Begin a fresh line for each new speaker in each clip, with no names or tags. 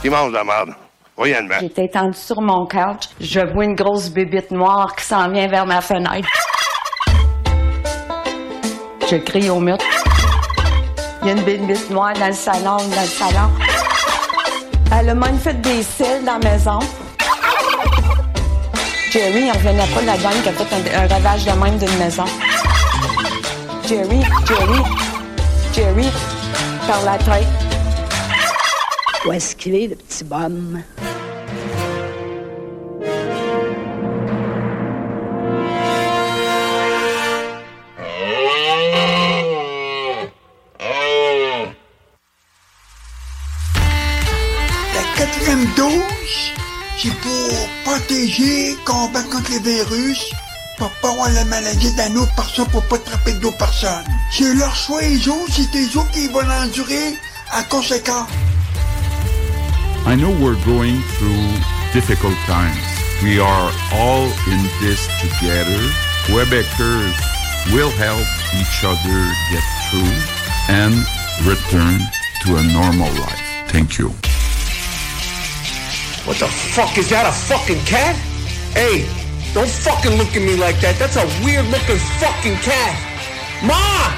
Qui mange de la merde? Voyellement.
J'étais étendue sur mon couch. Je vois une grosse bébite noire qui s'en vient vers ma fenêtre. Je crie au mur. Il y a une bébite noire dans le salon, dans le salon. Elle a même fait des cils dans la maison. Jerry, il revenait pas de la gang qui a fait un, un ravage de même d'une maison. Jerry, Jerry, Jerry, par la tête.
Où est-ce qu'il est, le petit bonhomme?
La quatrième dose, c'est pour protéger, combattre contre les virus, pour pas avoir la maladie d'un autre personne, pour pas attraper d'autres personnes. C'est leur choix, les autres, c'est les autres qui vont l'endurer à conséquence.
I know we're going through difficult times. We are all in this together. Quebecers will help each other get through and return to a normal life. Thank you.
What the fuck is that? A fucking cat? Hey, don't fucking look at me like that. That's a weird looking fucking cat. Ma!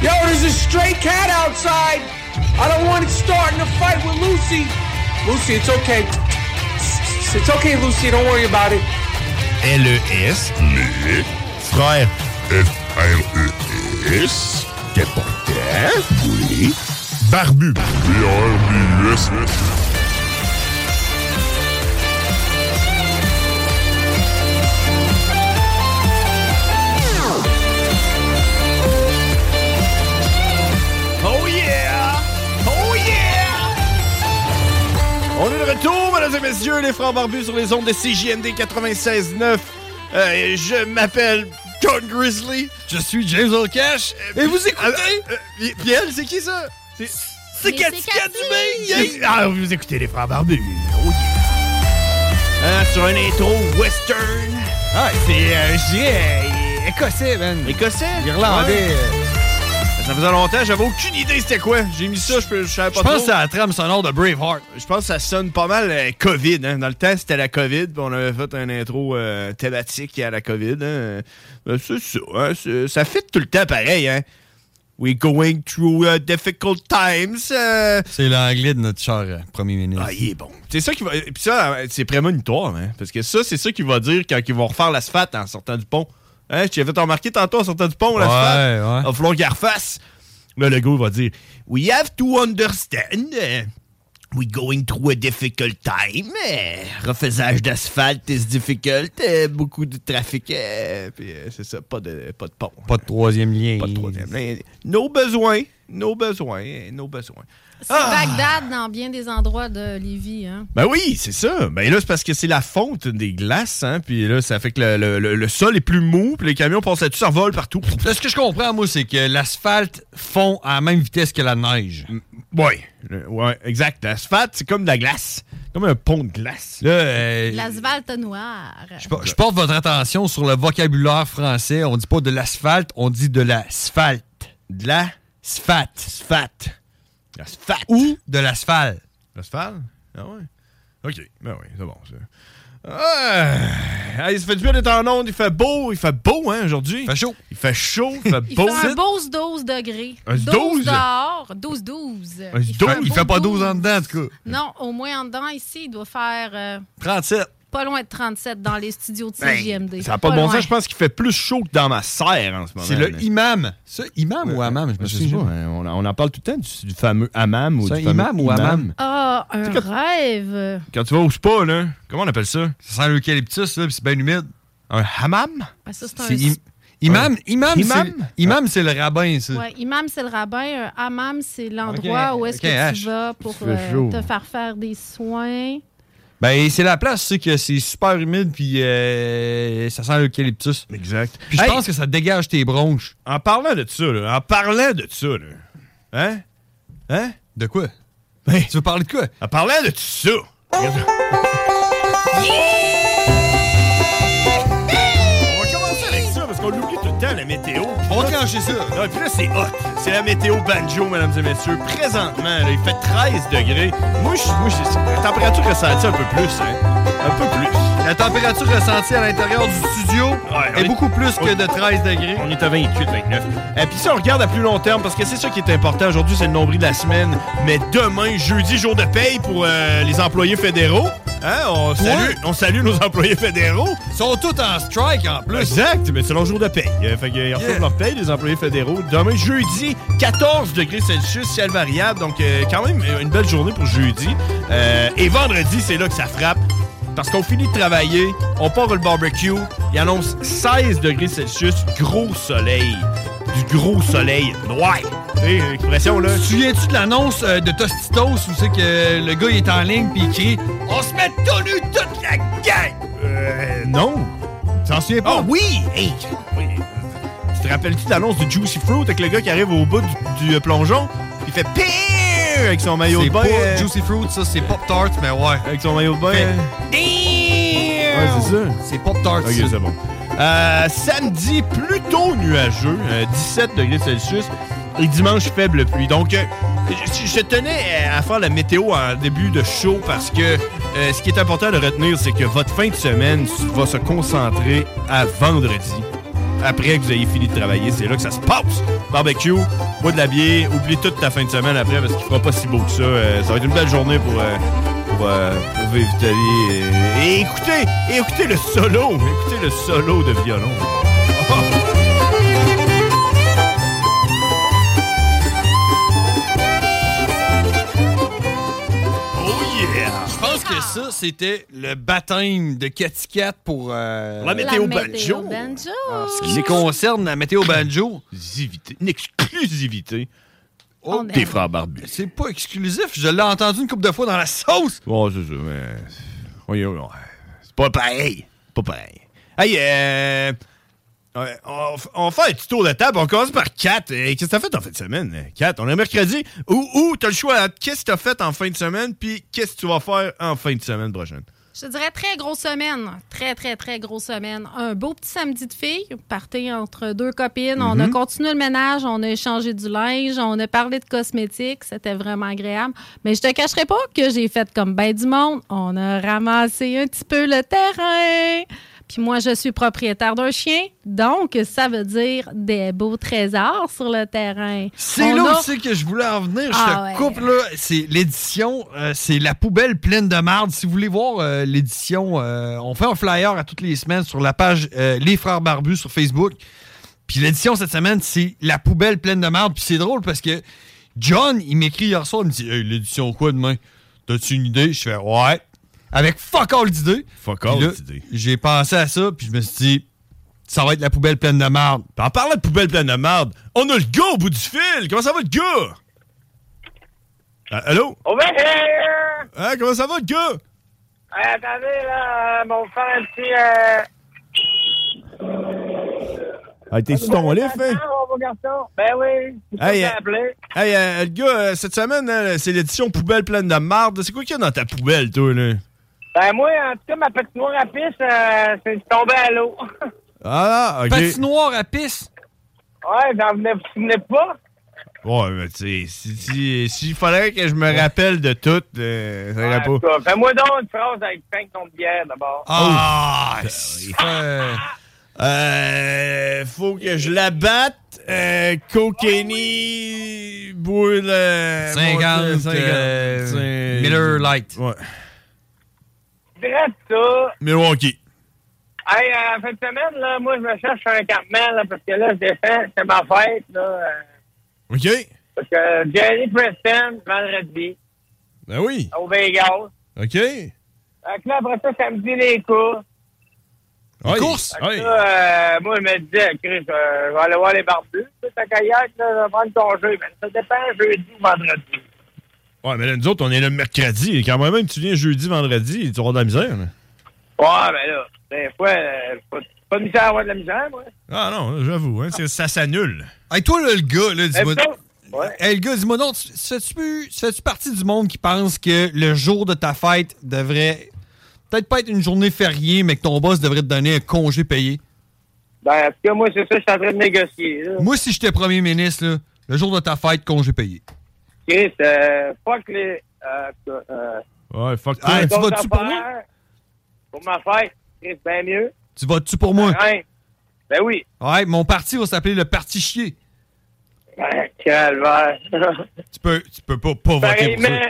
Yo, there's a stray cat outside. I don't want it starting a fight with Lucy. Lucy, it's okay. It's okay, Lucy. Don't worry about it.
L-E-S.
E
Les. Frère.
E
F-R-E-S. Quel porteur. Oui. Barbu. B-R-B-U-S.
Oh yeah! Oh yeah! On est de retour, mesdames et messieurs, les frères barbus sur les ondes de CJND 96.9. Euh, je m'appelle John Grizzly. Euh, Je suis James Cash. Et vous écoutez... puis elle, euh, c'est qui ça? C'est- C'est
Mais
Cathy
c'est Cathy.
Dubé! Ah, vous écoutez les frères barbus. Oh yeah! Ah, sur un intro western. Ah, c'est, euh, je dirais, euh, écossais, man. Écossais?
Irlandais.
Ça faisait longtemps, j'avais aucune idée c'était quoi. J'ai mis ça, je peux- je savais pas
Je pense
trop.
que c'est la trame sonore de Braveheart.
Je pense que ça sonne pas mal euh, COVID. hein. Dans le temps, c'était la COVID, puis on avait fait un intro euh, thématique à la COVID. hein. Euh, C'est ça, hein, c'est- ça fait tout le temps pareil. Hein? We're going through uh, difficult times. euh.
C'est l'anglais de notre cher euh, premier ministre.
Ah, il est bon. C'est ça qui va. Puis ça, euh, c'est prémonitoire, hein? Parce que ça, c'est ça qu'il va dire quand ils vont refaire l'asphalte en sortant du pont. Hein? Je t'ai fait remarquer tantôt en sortant du pont, l'asphalte.
ouais.
Il va falloir qu'il la refasse. Là, le gars va dire We have to understand. euh, we going through a difficult time. euh, refaisage d'asphalte is difficult. euh, beaucoup de trafic. euh, puis euh, c'est ça, pas de, pas de pont.
Pas de troisième lien.
Pas de troisième lien. Nos besoins. Nos besoins. euh, Nos besoins. Ah!
C'est
Ah!
Bagdad dans bien des endroits de Lévis. Hein?
Ben oui, c'est ça. Ben là, c'est parce que c'est la fonte des glaces, hein. Puis là, ça fait que le, le- le- le sol est plus mou, puis les camions passent là-dessus, ça revole partout.
Là, ce que je comprends, moi, c'est que l'asphalte fond à la même vitesse que la neige.
Mm, Ouais, le- ouais, exact. L'asphalte, c'est comme de la glace. Comme un pont de glace.
Là, euh,
L'asphalte noir.
je por- je porte votre attention sur le vocabulaire français. On dit pas de l'asphalte, on dit de l'asphalte.
De la
Sphalte.
l'asphalte. L'asphalte.
Ou de l'asphalte.
L'asphalte? Ah ouais. OK. Ben oui, c'est bon, ça. Ah, il se fait du bien d'être en onde. Il fait beau. Il fait beau, hein, aujourd'hui. Il fait
chaud.
Il fait chaud. Il fait
Il
beau.
fait un beau 12 degrés.
Un 12?
dehors, 12-12.
Il,
fait un beau
fait pas 12 en dedans, en tout cas.
Non, au moins en dedans, ici, il doit faire euh,
37.
pas loin de 37 dans les studios de
Ben,
CJMD.
Ça n'a pas de bon
loin.
sens. Je pense qu'il fait plus chaud que dans ma serre en ce moment.
C'est le
là.
imam. Ça, imam ou hammam? Je me
Je
souviens
sais pas,
jamais.
hein, on, en- on en parle tout le temps du, du fameux hammam. ou
C'est
du
un
fameux
imam ou hammam?
Ah, un rêve.
Quand tu vas au spa, là, comment on appelle ça?
Ça sent l'eucalyptus, là, puis c'est bien humide.
Un hammam?
Ben, ça, c'est un...
C'est im- imam,
Ouais.
imam,
Imam?
c'est- imam, c'est le rabbin, ça.
Ouais, imam, c'est le rabbin. Un hammam, c'est l'endroit
Ok,
où est-ce
ok,
que
H.
tu vas pour
Tu fais
euh,
chaud.
te faire faire des soins.
Ben, c'est la place, c'est que c'est super humide, puis euh, ça sent l'eucalyptus.
Exact.
Puis je pense que ça dégage tes bronches.
En parlant de ça, là, en parlant de ça, là, hein? Hein? Ben,
De quoi? Tu veux parler de quoi?
En parlant de ça! regarde- On va commencer avec ça parce qu'on l'oublie tout le temps, la météo. On va
clencher ça.
Non, puis là, c'est hot. C'est la météo banjo, mesdames et messieurs. Présentement, là, il fait 13 degrés. Moi, je- moi, je- la température ressentie un peu plus, hein? Un peu plus.
La température ressentie à l'intérieur du studio est beaucoup plus que de 13 degrés.
On est à 28, 29. Et Euh, puis si on regarde à plus long terme, parce que c'est ça qui est important aujourd'hui, c'est le nombril de la semaine. Mais demain, jeudi, jour de paye pour euh, les employés fédéraux. Hein, on, salue, on salue nos employés fédéraux.
Ils sont tous en strike en plus.
Exact, mais c'est leur jour de paye. Euh, fait qu'ils reçoivent leur paye, les employés fédéraux. Demain, jeudi, 14 degrés Celsius, ciel variable. Donc, euh, quand même, euh, une belle journée pour jeudi. Euh, et vendredi, c'est là que ça frappe. Parce qu'on finit de travailler, on part le barbecue, il annonce 16 degrés Celsius, gros soleil. Du gros soleil noir. Tu sais, l'expression, là.
Tu te souviens-tu de l'annonce euh, de Tostitos où c'est que le gars il est en ligne puis il crie On se met tout nu toute la gang!
Euh, non. Tu t'en souviens pas? Ah oui! Hey, oui. Tu te rappelles-tu de l'annonce du Juicy Fruit avec le gars qui arrive au bout du, du, euh, plongeon? Il fait pire avec son maillot de
C'est
bain.
pas
euh,
Juicy Fruit, ça c'est Pop Tart, mais ouais.
Avec son maillot de bain.
Fait-
euh, Ouais, c'est ça.
C'est Pop Tart.
Ok, c'est bon. Euh, samedi, plutôt nuageux, euh, 17 degrés Celsius. Et dimanche, faible pluie. Donc, euh, je, je tenais euh, à faire la météo en début de show parce que euh, ce qui est important de retenir, c'est que votre fin de semaine va se concentrer à vendredi. Après que vous ayez fini de travailler, c'est là que ça se passe. Barbecue, bois de la bière, oublie toute ta fin de semaine après parce qu'il fera pas si beau que ça. Euh, ça va être une belle journée pour, euh, pour, euh, pour vivre ta vie. Et, et écoutez, et écoutez le solo, écoutez le solo de violon.
Je pense que ça, c'était le baptême de Katikat pour euh,
La météo
La météo
banjo.
banjo.
ce qui concerne la météo banjo.
Exclusivité- Une exclusivité
On aime.
des frères barbus.
C'est pas exclusif, je l'ai entendu une couple de fois dans la sauce.
Bon, c'est ça, mais. Oui, oui, oui. C'est pas pareil. Pas pareil. Hey, euh. ouais, On, on fait un petit tour de table. On commence par 4. Qu'est-ce que t'as fait en fin de semaine? 4. On est mercredi. Ou, ou t'as le choix. entre Qu'est-ce que t'as fait en fin de semaine? Puis qu'est-ce que tu vas faire en fin de semaine prochaine?
Je dirais très grosse semaine. Très, très, très grosse semaine. Un beau petit samedi de filles. Partez entre deux copines. On
Mm-hmm.
a continué le ménage. On a échangé du linge. On a parlé de cosmétiques. C'était vraiment agréable. Mais je te cacherai pas que j'ai fait comme ben du monde. On a ramassé un petit peu le terrain. Puis moi, je suis propriétaire d'un chien. Donc, ça veut dire des beaux trésors sur le terrain.
C'est
On
là
a-
aussi que je voulais en venir. Je
Ah
te
ouais.
coupe, là. C'est l'édition, euh, c'est la poubelle pleine de marde. Si vous voulez voir euh, l'édition, euh, on fait un flyer à toutes les semaines sur la page euh, Les Frères Barbus sur Facebook. Puis l'édition cette semaine, c'est la poubelle pleine de marde. Puis c'est drôle parce que John, il m'écrit hier soir, il me dit Hey, l'édition quoi demain T'as-tu une idée Je fais Ouais. Avec fuck all d'idées.
Fuck
Puis
all
là,
d'idées.
J'ai pensé à ça, puis je me suis dit Ça va être la poubelle pleine de marde.
Puis En parlant de poubelle pleine de marde, on a le gars au bout du fil. Comment ça va, le gars? Ah, allô? Hein, comment ça va, le gars?
attendez, là, euh, mon frère, un petit. Euh...
Ah, t'es-tu ton livre, hein?
Ah, mon garçon. Ben oui. c'est toi
Hey,
qui as
euh,
appelé.
Hey, euh, le gars, euh, cette semaine, hein, c'est l'édition poubelle pleine de marde. C'est quoi qu'il y a dans ta poubelle, toi, là?
Ben moi, en tout cas, ma patinoire à piste, euh, c'est tombé à l'eau.
Ah, ok.
Patinoire à pisse.
ouais, j'en venais, vous vous souvenez pas?
Ouais, mais tu sais, si- si- s'il fallait que je me rappelle de tout, euh, ça irait
En tout
pas.
cas, Fais-moi donc une phrase avec 5 noms de bière d'abord.
Ah!
Oh.
c'est- euh, euh, faut que je la batte. Euh, Cocaine boule. euh,
50,
mon Dieu, 50,
euh,
c'est-
Miller Lite.
Ouais.
Je dirais ça.
Milwaukee.
Hey, euh, en fin de semaine, là, moi, je me cherche un campement, là, parce que là, je descends, c'est ma fête, là. euh,
OK.
Parce que Jerry Preston, vendredi,
Ben oui.
au Vegas.
OK.
Fait que là, après ça, samedi, les courses.
course?
Fait que là, euh, moi, je me disais, Chris, euh, je vais aller voir les barbus, tu sais, ta kayak, là, je vais prendre ton jeu. Mais ça dépend, jeudi ou vendredi.
Ouais, mais là, nous autres, on est le mercredi. Quand même, tu viens jeudi, vendredi, tu auras de la misère. là.
Ouais, ben là, des fois, euh, pas, pas de misère à avoir de la misère, moi.
Ah non, j'avoue, hein, c'est- ça s'annule.
Hey, toi, là, le gars, là, dis-moi.
Mais ça, ouais.
Hey, le gars, dis-moi donc, tu fais-tu fais-tu partie du monde qui pense que le jour de ta fête devrait peut-être pas être une journée fériée, mais que ton boss devrait te donner un congé payé?
Ben, en tout cas, moi, c'est ça, je suis en train de négocier, là.
Moi, si j'étais premier ministre, là, le jour de ta fête, congé payé.
Chris, euh, fuck les. Euh, euh,
Ouais, fuck
toi. Hey, tu
d'autres
vas-tu pour
affaires. Pour ma fête, Chris, bien mieux.
Tu votes-tu pour moi?
Hein? Ben oui.
Ouais, mon parti va s'appeler le Parti Chier.
Ben, calvaire.
Tu peux, tu peux pas, pas
Ben,
voter pour ça.
Pareillement.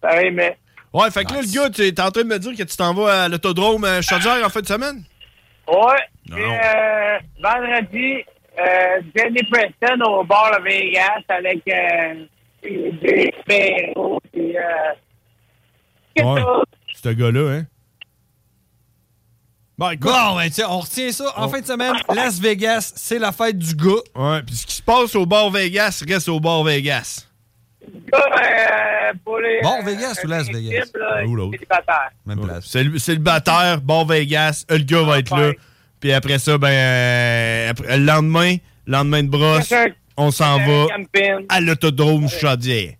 Pareillement.
Ouais, fait que là, le gars, tu es en train de me dire que tu t'en vas à l'autodrome euh, Chaudière en fin de semaine?
Ouais.
Non.
Puis, euh, vendredi, euh, Jenny Preston au bar à Vegas avec euh, des Perrault, puis, euh,
Ouais. Ce gars-là, hein? Bon,
Bon, ben, tiens, on retient ça. En fin de semaine, Las Vegas, c'est la fête du gars.
Ouais, puis ce qui se passe au bord Vegas reste au bord Vegas.
euh, pour les.
Bon, Vegas ou Las Vegas?
Ou l'autre.
célibataires.
Même
place. Célibataire, bord Vegas, le gars va être là. Puis après ça, ben, euh, après- le lendemain, lendemain de brosse,
Chercher un-
on s'en
chercher un
va
camping.
à l'autodrome Chaudière.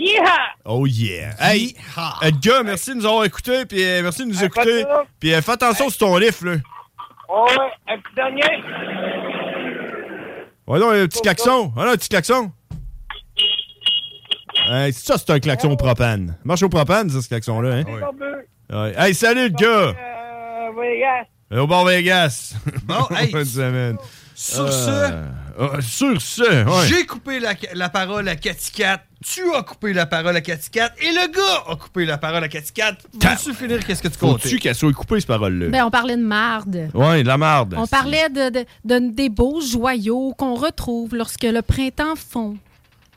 Yeehaw!
Oh yeah. Hey, euh, le gars, merci de nous avoir écoutés, puis euh, merci de nous écouter.
pas de ça.
Puis euh, fais attention sur ton lift, là.
Ouais, un petit dernier.
Ouais, non, un petit klaxon. Ouais, non, un petit klaxon. Hey, c'est ça, c'est un klaxon au propane. Marche au propane, ça, ce klaxon-là, hein?
Bon bleu.
Ouais. Hey, salut, le gars!
Euh, Vegas.
Au bord Vegas.
Bon, hey.
Bonne semaine.
Sur
Euh, euh, sur ce, ouais.
J'ai coupé la, la parole à Cathy Cat. Tu as coupé la parole à Cathy Cat. Et le gars a coupé la parole à Cathy Cat. Veux-tu finir qu'est-ce que tu comptes?
Faut-tu qu'elle soit coupée, cette parole-là?
Ben, on parlait de marde.
Ouais, de la marde.
On parlait de, de- de- des beaux joyaux qu'on retrouve lorsque le printemps fond.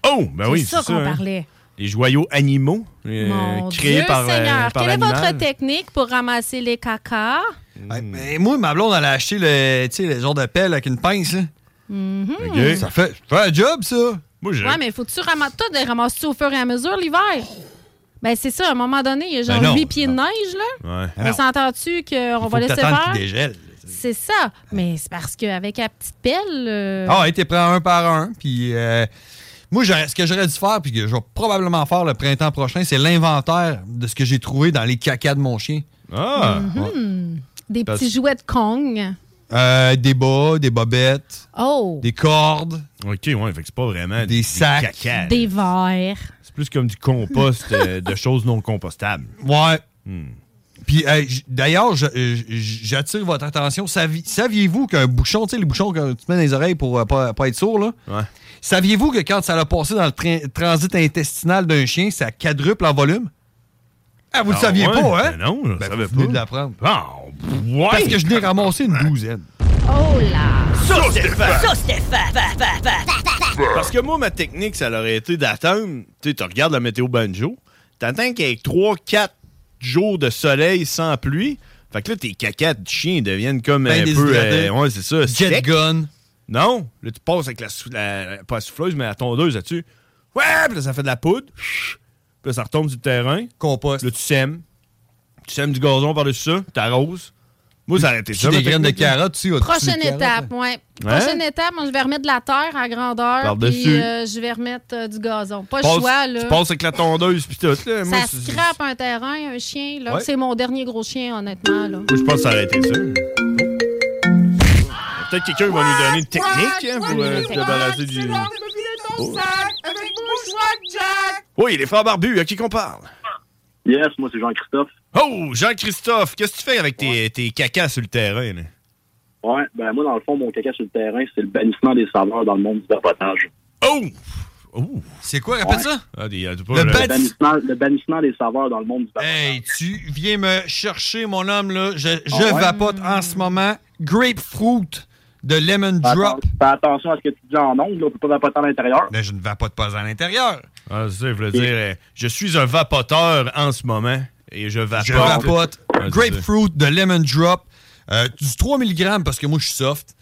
Oh, ben oui,
c'est ça qu'on
hein.
parlait.
Les joyaux animaux euh,
Mon
créés
Dieu
par, euh,
Seigneur,
par
quelle est
l'animal.
votre technique pour ramasser les cacas?
Ouais, ben, moi, ma blonde, elle a acheté le, tu sais, le genre de pelle avec une pince. Là.
Mhm.
Ok.
Ça fait, ça fait un job, ça.
Moi,
Ouais, mais faut-tu ramasser tout, les ramasser au fur et à mesure l'hiver? Ben, c'est ça, à un moment donné, il y a genre
Ben non. Ben
8 pieds de neige, là.
Ouais.
On
Alors,
s'entend-tu qu'on va laisser faire?
dégèle.
C'est ça. Mais c'est parce qu'avec la petite pelle. euh,
Ah ouais, t'es prêt un par un. Puis euh, moi, j'aurais- ce que j'aurais dû faire, puis que je vais probablement faire le printemps prochain, c'est l'inventaire de ce que j'ai trouvé dans les cacas de mon chien.
Ah!
hmm, Des
Parce-
petits jouets de Kong.
Euh, des bas, des bobettes,
Oh!
des cordes.
OK, ouais, fait que c'est pas vraiment des,
sacs.
caca, là.
Des verres.
C'est plus comme du compost euh, de choses non compostables.
Ouais. Puis euh, j- d'ailleurs, je- euh, j- j'attire votre attention. Savi- Saviez-vous qu'un bouchon, tu sais, les bouchons que tu mets dans les oreilles pour euh, pas, pas être sourd, là? Saviez-vous que quand ça l'a passé dans le tra- transit intestinal d'un chien, ça quadruple en volume? Ah, vous le
Ah
saviez
ouais?
pas, hein?
Ben non, je le savais
vous venez
pas.
de l'apprendre.
ouais.
Parce que je n'ai ramassé une douzaine.
Oh là!
Ça, c'est fat.
Ça, c'était fat! Fat, fat, fat, fat, fat.
Parce que moi, ma technique, ça aurait été d'attendre. Tu sais, tu regardes la météo banjo, t'attends qu'il y ait 3-4 jours de soleil sans pluie. Fait que là, tes caca de chien deviennent comme
Ben
un peu. euh,
déshydratés.
ouais, c'est ça.
Jet gun.
Non, là, tu passes avec la, sou- la- la- Pas la souffleuse, mais la tondeuse là-dessus. Ouais, puis là, ça fait de la poudre. Puis là, ça retombe du terrain.
Compost.
Là, tu sèmes. Tu sèmes du gazon par-dessus ça, t'arroses. Moi, ça aurait été
Puis
ça.
des
ma
graines de
technique, là.
carottes, tu sais, au-dessus
Prochaine
des carottes, là.
étape, ouais. Prochaine étape, moi, je vais remettre de la terre à grandeur.
Par-dessus.
Puis euh, je vais remettre euh, du gazon. Pas le
Passe-
choix, là.
Tu passes avec la tondeuse, puis tout. Là, moi,
Ça
c'est-
scrape un terrain, un chien. là.
Ouais.
C'est mon dernier gros chien, honnêtement. Là.
Moi, je pense que ça aurait été ça. Peut-être quelqu'un va nous donner une technique hein, pour euh, se débarrasser du.
sac avec Bourgeois Jack.
Oui, les frères barbus, à qui qu'on parle?
Yes, moi c'est Jean-Christophe.
Oh, Jean-Christophe, qu'est-ce que tu fais avec tes, tes cacas sur le terrain? là?
Ouais, ben moi dans le fond, mon caca sur le terrain, c'est le bannissement des saveurs dans le monde du vapotage.
Oh!
C'est quoi, répète ça?
Ah, des- euh, pas-
Le
euh,
bannissement, le bannissement des saveurs dans le monde du vapotage.
Hey, tu viens me chercher, mon homme, là. Je, je
Ah ouais?
vapote en ce moment. Grapefruit de Lemon
Fais
Drop.
atten- Fais attention à ce que tu dis en ondes, là, on peut pas vapoter à l'intérieur.
Mais Ben, je ne vapote pas à l'intérieur.
Ah, c'est ça, je voulais dire, euh, je suis un vapoteur en ce moment et je vapote.
Je vapote.
Ah, c'est ça.
Grapefruit de Lemon Drop. Euh, du 3 mg parce que moi, je suis soft.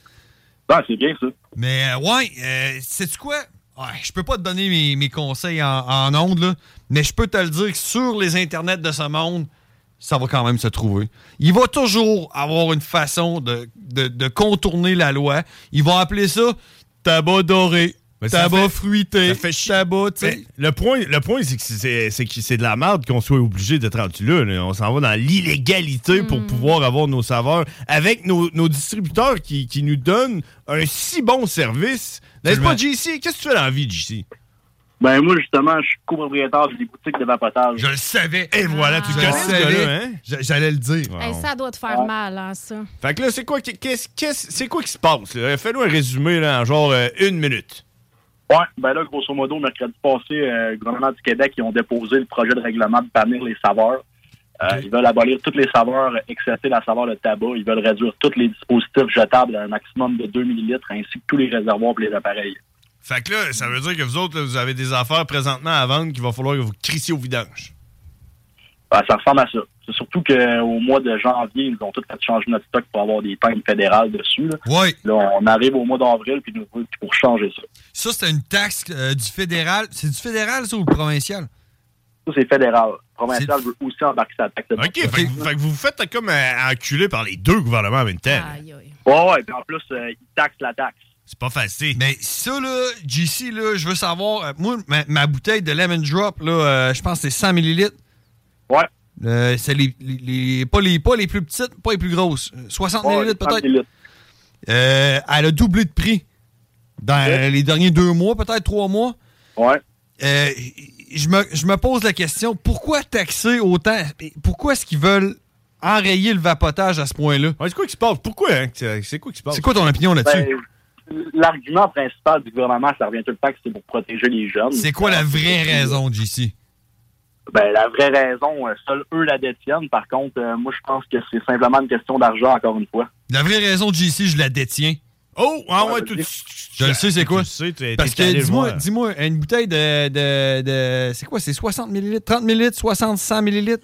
Ah, c'est bien ça.
Mais euh, ouais, euh, sais-tu quoi? Ouais, je peux pas te donner mes, mes conseils en, en ondes, là, mais je peux te le dire que sur les internets de ce monde, ça va quand même se trouver. Il va toujours avoir une façon de, de- de contourner la loi. Ils vont appeler ça tabac doré,
Mais ça
tabac
fait-
fruité, tabac, tu sais.
Mais le point, le point c'est que c'est c'est que c'est de la merde qu'on soit obligé d'être rendu là, là. On s'en va dans l'illégalité pour pouvoir avoir nos saveurs avec nos, nos distributeurs qui, qui nous donnent un si bon service. N'est-ce pas, JC? Qu'est-ce que tu fais dans la vie, JC?
Ben moi justement, je suis copropriétaire des boutiques de vapotage. Je
le savais.
Et voilà, tu
Je
casses
le
ce
savais.
gars-là, hein?
J'allais le dire.
Hey, ça doit te faire mal, hein, ça.
Fait que là, c'est quoi, qui- qu'est-ce, qu'est-ce- c'est quoi qui se passe? là? Fais-nous un résumé là, en genre euh, une minute.
Ouais, ben là, grosso modo, mercredi passé, euh, le gouvernement du Québec, ils ont déposé le projet de règlement de bannir les saveurs. Euh, Ils veulent abolir toutes les saveurs, euh, excepté la saveur de tabac. Ils veulent réduire tous les dispositifs jetables à un maximum de 2 millilitres, ainsi que tous les réservoirs pour les appareils.
Fait que là, ça veut dire que vous autres, là, vous avez des affaires présentement à vendre qu'il va falloir que vous crissiez au vidange.
Ben, ça ressemble à ça. C'est surtout qu'au mois de janvier, ils ont tous fait changer notre stock pour avoir des peines fédérales dessus. Là. Là, on arrive au mois d'avril puis nous, pour changer ça.
Ça, c'est une taxe euh, du fédéral. C'est du fédéral, ça, ou le provincial?
Ça, c'est fédéral. Provincial veut aussi embarquer sa taxe de
OK, fait, que vous, fait que vous vous faites comme euh, enculer par les deux gouvernements en même temps.
Ouais, ouais, puis en plus, euh, ils taxent la taxe.
C'est pas facile.
Mais ça, là, JC, là, je veux savoir. euh, moi, ma, ma bouteille de Lemon Drop, là, euh, je pense que c'est 100 ml.
Ouais.
c'est les, les- les- pas, les, pas les plus petites, pas les plus grosses. Euh, 60
Ouais,
ml
30
peut-être. Euh, elle a doublé de prix dans euh, les derniers deux mois, peut-être trois mois. Euh,
Ouais.
je, me, je me pose la question pourquoi taxer autant Et Pourquoi est-ce qu'ils veulent enrayer le vapotage à ce point-là
C'est quoi qui se passe Pourquoi hein? C'est c'est quoi qui se passe
C'est quoi ton opinion là-dessus
Ben, L'argument principal du gouvernement, ça revient tout le temps que c'est pour protéger les jeunes.
C'est quoi la vraie raison, JC
Ben, la vraie raison, euh, seuls eux la détiennent. Par contre, euh, moi, je pense que c'est simplement une question d'argent, encore une fois.
La vraie raison de JC, je la détiens.
Oh, ah ouais, tout
Je le sais, c'est quoi?
t'es-
Parce
t'es allé
que,
le
dis-moi,
voir.
dis-moi, une bouteille de. de, de- c'est quoi? C'est 60 ml? 30 ml? 60, 100 ml?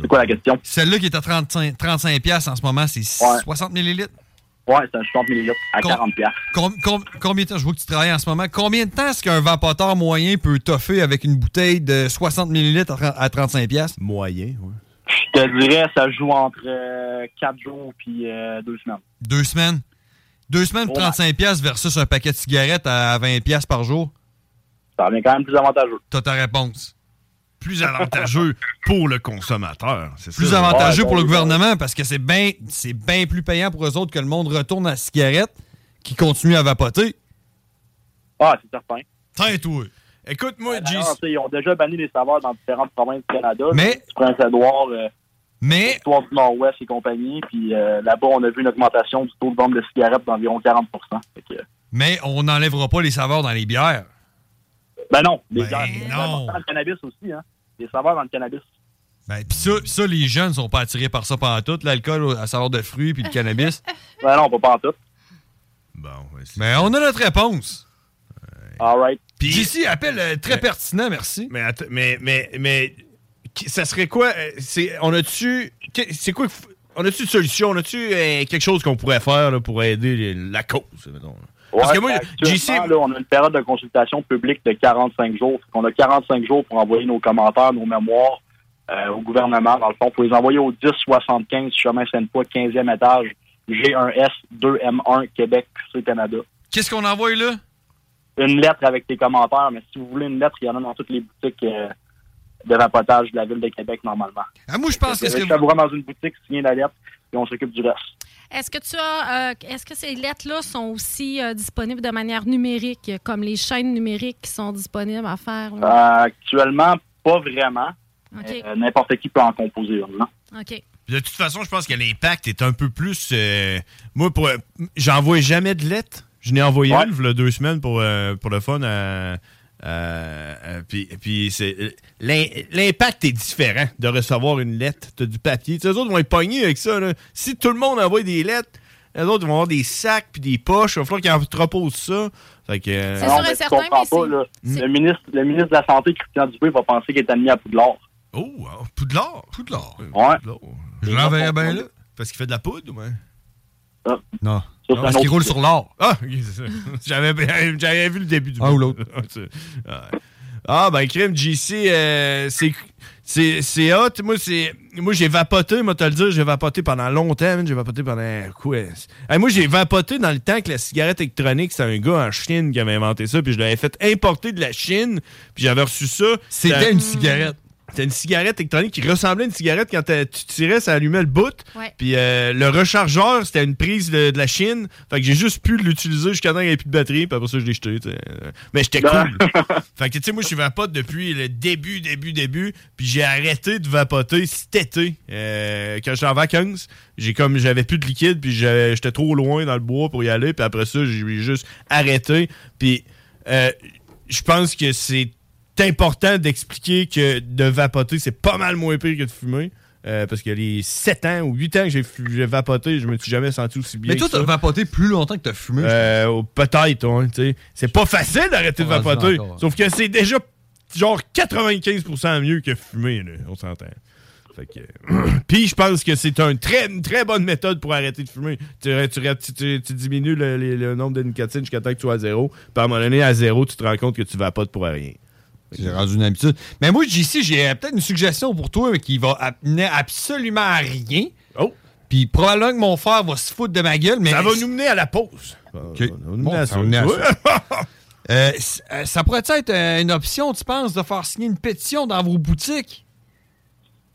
C'est quoi la
euh,
question?
Celle-là qui est à 35, 35$ piastres en ce moment, c'est 60 ml?
Ouais, c'est un 60 ml à 40 piastres.
Com- com- combien de temps, je vois que tu travailles en ce moment, combien de temps est-ce qu'un vapoteur moyen peut toffer avec une bouteille de 60 ml à, 30 à 35$? piastres?
Moyen, oui.
Je te dirais, ça joue entre 4 jours puis 2 semaines.
Deux semaines. Deux semaines pour 35$ piastres versus un paquet de cigarettes à 20$ piastres par jour?
Ça revient quand même plus avantageux.
T'as ta réponse.
Plus avantageux pour le consommateur, c'est ça?
plus avantageux pour le gouvernement parce que c'est bien c'est bien plus payant pour eux autres que le monde retourne à la cigarette qui continue à vapoter.
Ah, c'est certain.
Tain-toi. Écoute-moi,
D'ailleurs, tu sais, Ils ont déjà banni les saveurs dans différentes provinces du Canada.
Mais-
Du Prince-Édouard, euh,
Mais-
Victoire du Nord-Ouest et compagnie. Puis euh, là-bas, on a vu une augmentation du taux de vente de cigarettes d'environ 40 Fait que, euh,
Mais on n'enlèvera pas les saveurs dans les bières.
Ben non. Les
Ben
gens- les gens
non.
dans le cannabis aussi, hein. Les saveurs dans le cannabis.
Ben, pis ça, ça, les jeunes sont pas attirés par ça pendant tout. L'alcool, à saveur de fruits puis le cannabis.
Ben non, pas tout.
Mais on a notre réponse.
All right.
Puis
ici, appel euh, très pertinent, merci.
Mais, attends, mais, mais, mais, qui- ça serait quoi? euh, C'est, on a-tu, que- c'est quoi, qu'il faut- on a-tu une solution? On a-tu euh, quelque chose qu'on pourrait faire là, pour aider les- la cause? mettons, là? Parce
Ouais, ben,
que moi,
actuellement,
JC,
là, on a une période de consultation publique de 45 jours. On a 45 jours pour envoyer nos commentaires, nos mémoires euh, au gouvernement. Dans le fond, pour les envoyer au 1075 chemin Sainte-Foy, 15e étage, G1S 2M1 Québec, QC Canada.
Qu'est-ce qu'on envoie là?
Une lettre avec tes commentaires, mais si vous voulez une lettre, il y en a dans toutes les boutiques euh, de vapotage de la ville de Québec normalement.
Ah, moi, je pense que ce que
vous... dans une boutique, signez la lettre. et on s'occupe du reste.
Est-ce que tu as, euh, est-ce que ces lettres-là sont aussi euh, disponibles de manière numérique, comme les chaînes numériques qui sont disponibles à faire?
Euh,
là?
actuellement, pas vraiment.
OK.
Mais, euh, N'importe qui peut en composer une. non?
OK.
De toute façon, je pense que l'impact est un peu plus. euh, moi, pour, j'envoie jamais de lettres. Je n'ai envoyé une il y a deux semaines pour, euh, pour le fun. euh, euh, euh, puis puis c'est, euh, l'im- l'impact est différent de recevoir une lettre. Tu du papier. Tu sais, eux autres vont être pognés avec ça. là. Si tout le monde envoie des lettres, les autres vont avoir des sacs puis des poches. Il va falloir qu'ils entreposent ça. Fait que, euh,
Non, mais tu comprends pas, là. le, ministre, le ministre de la Santé, Christian Dubé, va penser qu'il est admis à Poudlard.
Oh, Poudlard? Poudlard.
Ouais.
Je l'enverrais bien là. Parce qu'il fait de la poudre ou ouais?
Non.
Ah. Ça, c'est
parce
un
qu'il
autre
roule
sujet.
sur l'or.
Ah, ok, c'est ça. J'avais, j'avais vu le début du Un ou l'autre. Ah, ben, crime, JC, euh, c'est, c'est, c'est hot. Moi, c'est, moi, j'ai vapoté, moi, te le dire, j'ai vapoté pendant longtemps. man. J'ai vapoté pendant hein. quoi? Hey, moi, j'ai vapoté dans le temps que la cigarette électronique, c'était un gars en Chine qui avait inventé ça, puis je l'avais fait importer de la Chine, puis j'avais reçu ça.
C'était
Ça-
une cigarette.
C'était une cigarette électronique qui ressemblait à une cigarette quand t'as- tu tirais, ça allumait le bout.
Ouais.
Puis euh, le rechargeur, c'était une prise de, de la Chine. Fait que j'ai juste pu l'utiliser jusqu'à temps qu'il n'y avait plus de batterie. Puis après ça, je l'ai jeté. tu sais. Mais
Ben,
j'étais cool. fait que tu sais, moi, je suis vapote depuis le début, début, début. Puis j'ai arrêté de vapoter cet été. Euh, quand j'étais en vacances, j'ai comme j'avais plus de liquide. Puis j'avais- j'étais trop loin dans le bois pour y aller. Puis après ça, j'ai juste arrêté. Puis euh, je pense que c'est important d'expliquer que de vapoter, c'est pas mal moins pire que de fumer. Euh, parce que les 7 ans ou 8 ans que j'ai fu- j'ai vapoté, je me suis jamais senti aussi bien.
Mais toi,
que ça.
t'as vapoté plus longtemps que t'as fumé.
Euh, oh, Peut-être, hein, tu sais. C'est pas facile d'arrêter de
Pas rendu
vapoter.
encore, hein.
Sauf que c'est déjà genre 95% mieux que fumer, là, on s'entend. Fait que. Puis je pense que c'est un très, une très bonne méthode pour arrêter de fumer. Tu, tu- tu- tu- tu diminues le, le- le nombre de nicotine jusqu'à temps que tu sois à zéro. Puis à un moment donné, à zéro, tu te rends compte que tu vapotes pour rien.
J'ai rendu une habitude. Mais moi, JC, j'ai euh, peut-être une suggestion pour toi mais qui va amener absolument à rien.
Oh!
Puis probablement que mon frère va se foutre de ma gueule, mais...
Ça va nous mener à la pause.
OK.
nous mener à
ça
ça.
va nous mener à
Ouais.
ça. Euh, c- euh, ça pourrait être euh, une option, tu penses, de faire signer une pétition dans vos boutiques?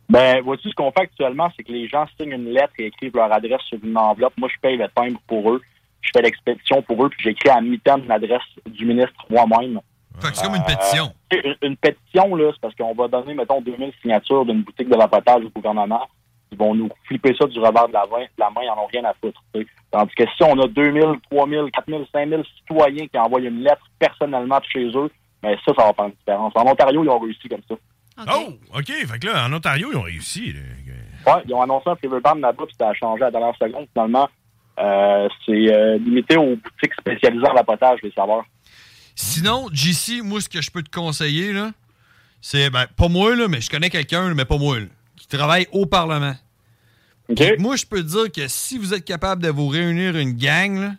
Ben, vois-tu, ce qu'on fait actuellement, c'est que les gens signent une lettre et écrivent leur adresse sur une enveloppe. Moi, je paye le timbre pour eux. Je fais l'expédition pour eux, puis j'écris à mi-temps l'adresse du ministre moi-même.
Fait que c'est comme une pétition.
Euh, une- une pétition, là, c'est parce qu'on va donner, mettons, 2000 signatures d'une boutique de vapotage au gouvernement. Ils vont nous flipper ça du revers de la main. La main, ils n'en ont rien à foutre. tu sais. Tandis que si on a 2000, 3000, 4000, 5000 citoyens qui envoient une lettre personnellement de chez eux, ben ça, ça va faire une différence. En Ontario, ils ont réussi comme ça.
Oh, OK. Fait que là, en Ontario, ils ont réussi. là.
Ouais, ils ont annoncé un flavor ban là-bas, puis ça a changé à la dernière seconde, finalement. Euh, c'est euh, limité aux boutiques spécialisées en vapotage, les saveurs.
Sinon, JC, moi, ce que je peux te conseiller, là, c'est, ben, pas moi, là, mais je connais quelqu'un, là, mais pas moi, là, qui travaille au Parlement. Puis Moi, je peux te dire que si vous êtes capable de vous réunir une gang, là,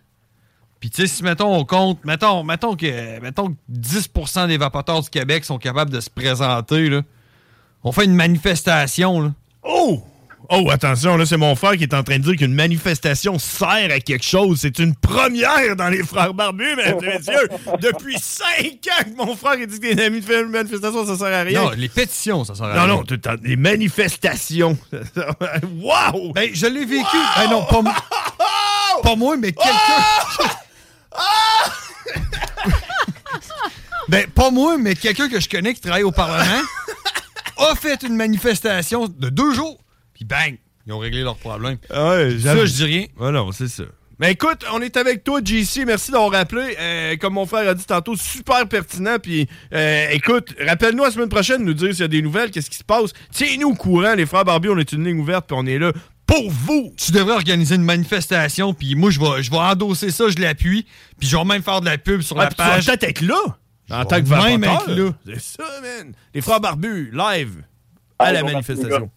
puis tu sais, si, mettons, on compte, mettons, mettons, que, mettons que 10 des vapoteurs du Québec sont capables de se présenter, là, on fait une manifestation, là.
Oh! Oh, attention, là, c'est mon frère qui est en train de dire qu'une manifestation sert à quelque chose. C'est une première dans les frères barbus, mesdames et messieurs. Depuis cinq ans que mon frère a dit que les amis de une manifestation, ça sert à rien.
Non, les pétitions, ça sert à
Non,
rien.
non, tout le temps, les manifestations. wow!
Ben, je l'ai vécu. Ben non, pas moi. Oh! Pas moi, mais quelqu'un. Oh! ben, pas moi, mais quelqu'un que je connais qui travaille au Parlement a fait une manifestation de deux jours. Puis bang, ils ont réglé leur problème. ça, je dis rien.
Ouais, non, c'est ça. Mais Ben, écoute, on est avec toi, JC. Merci d'avoir rappelé. Euh, comme mon frère a dit tantôt, super pertinent. Puis euh, écoute, rappelle-nous la semaine prochaine, nous dire s'il y a des nouvelles, qu'est-ce qui se passe. Tiens-nous au courant, les frères Barbie, on est une ligne ouverte, puis on est là pour vous.
Tu devrais organiser une manifestation, puis moi, je vais, je vais endosser ça, je l'appuie, puis je vais même faire de la pub sur
Ah,
la
puis tu vas
page.
peut-être être là, en
Je
tant
vais
que
même
vapoteur.
être là.
C'est ça, man. Les frères Barbus, live, à la
bonjour, les gars.
manifestation. Puis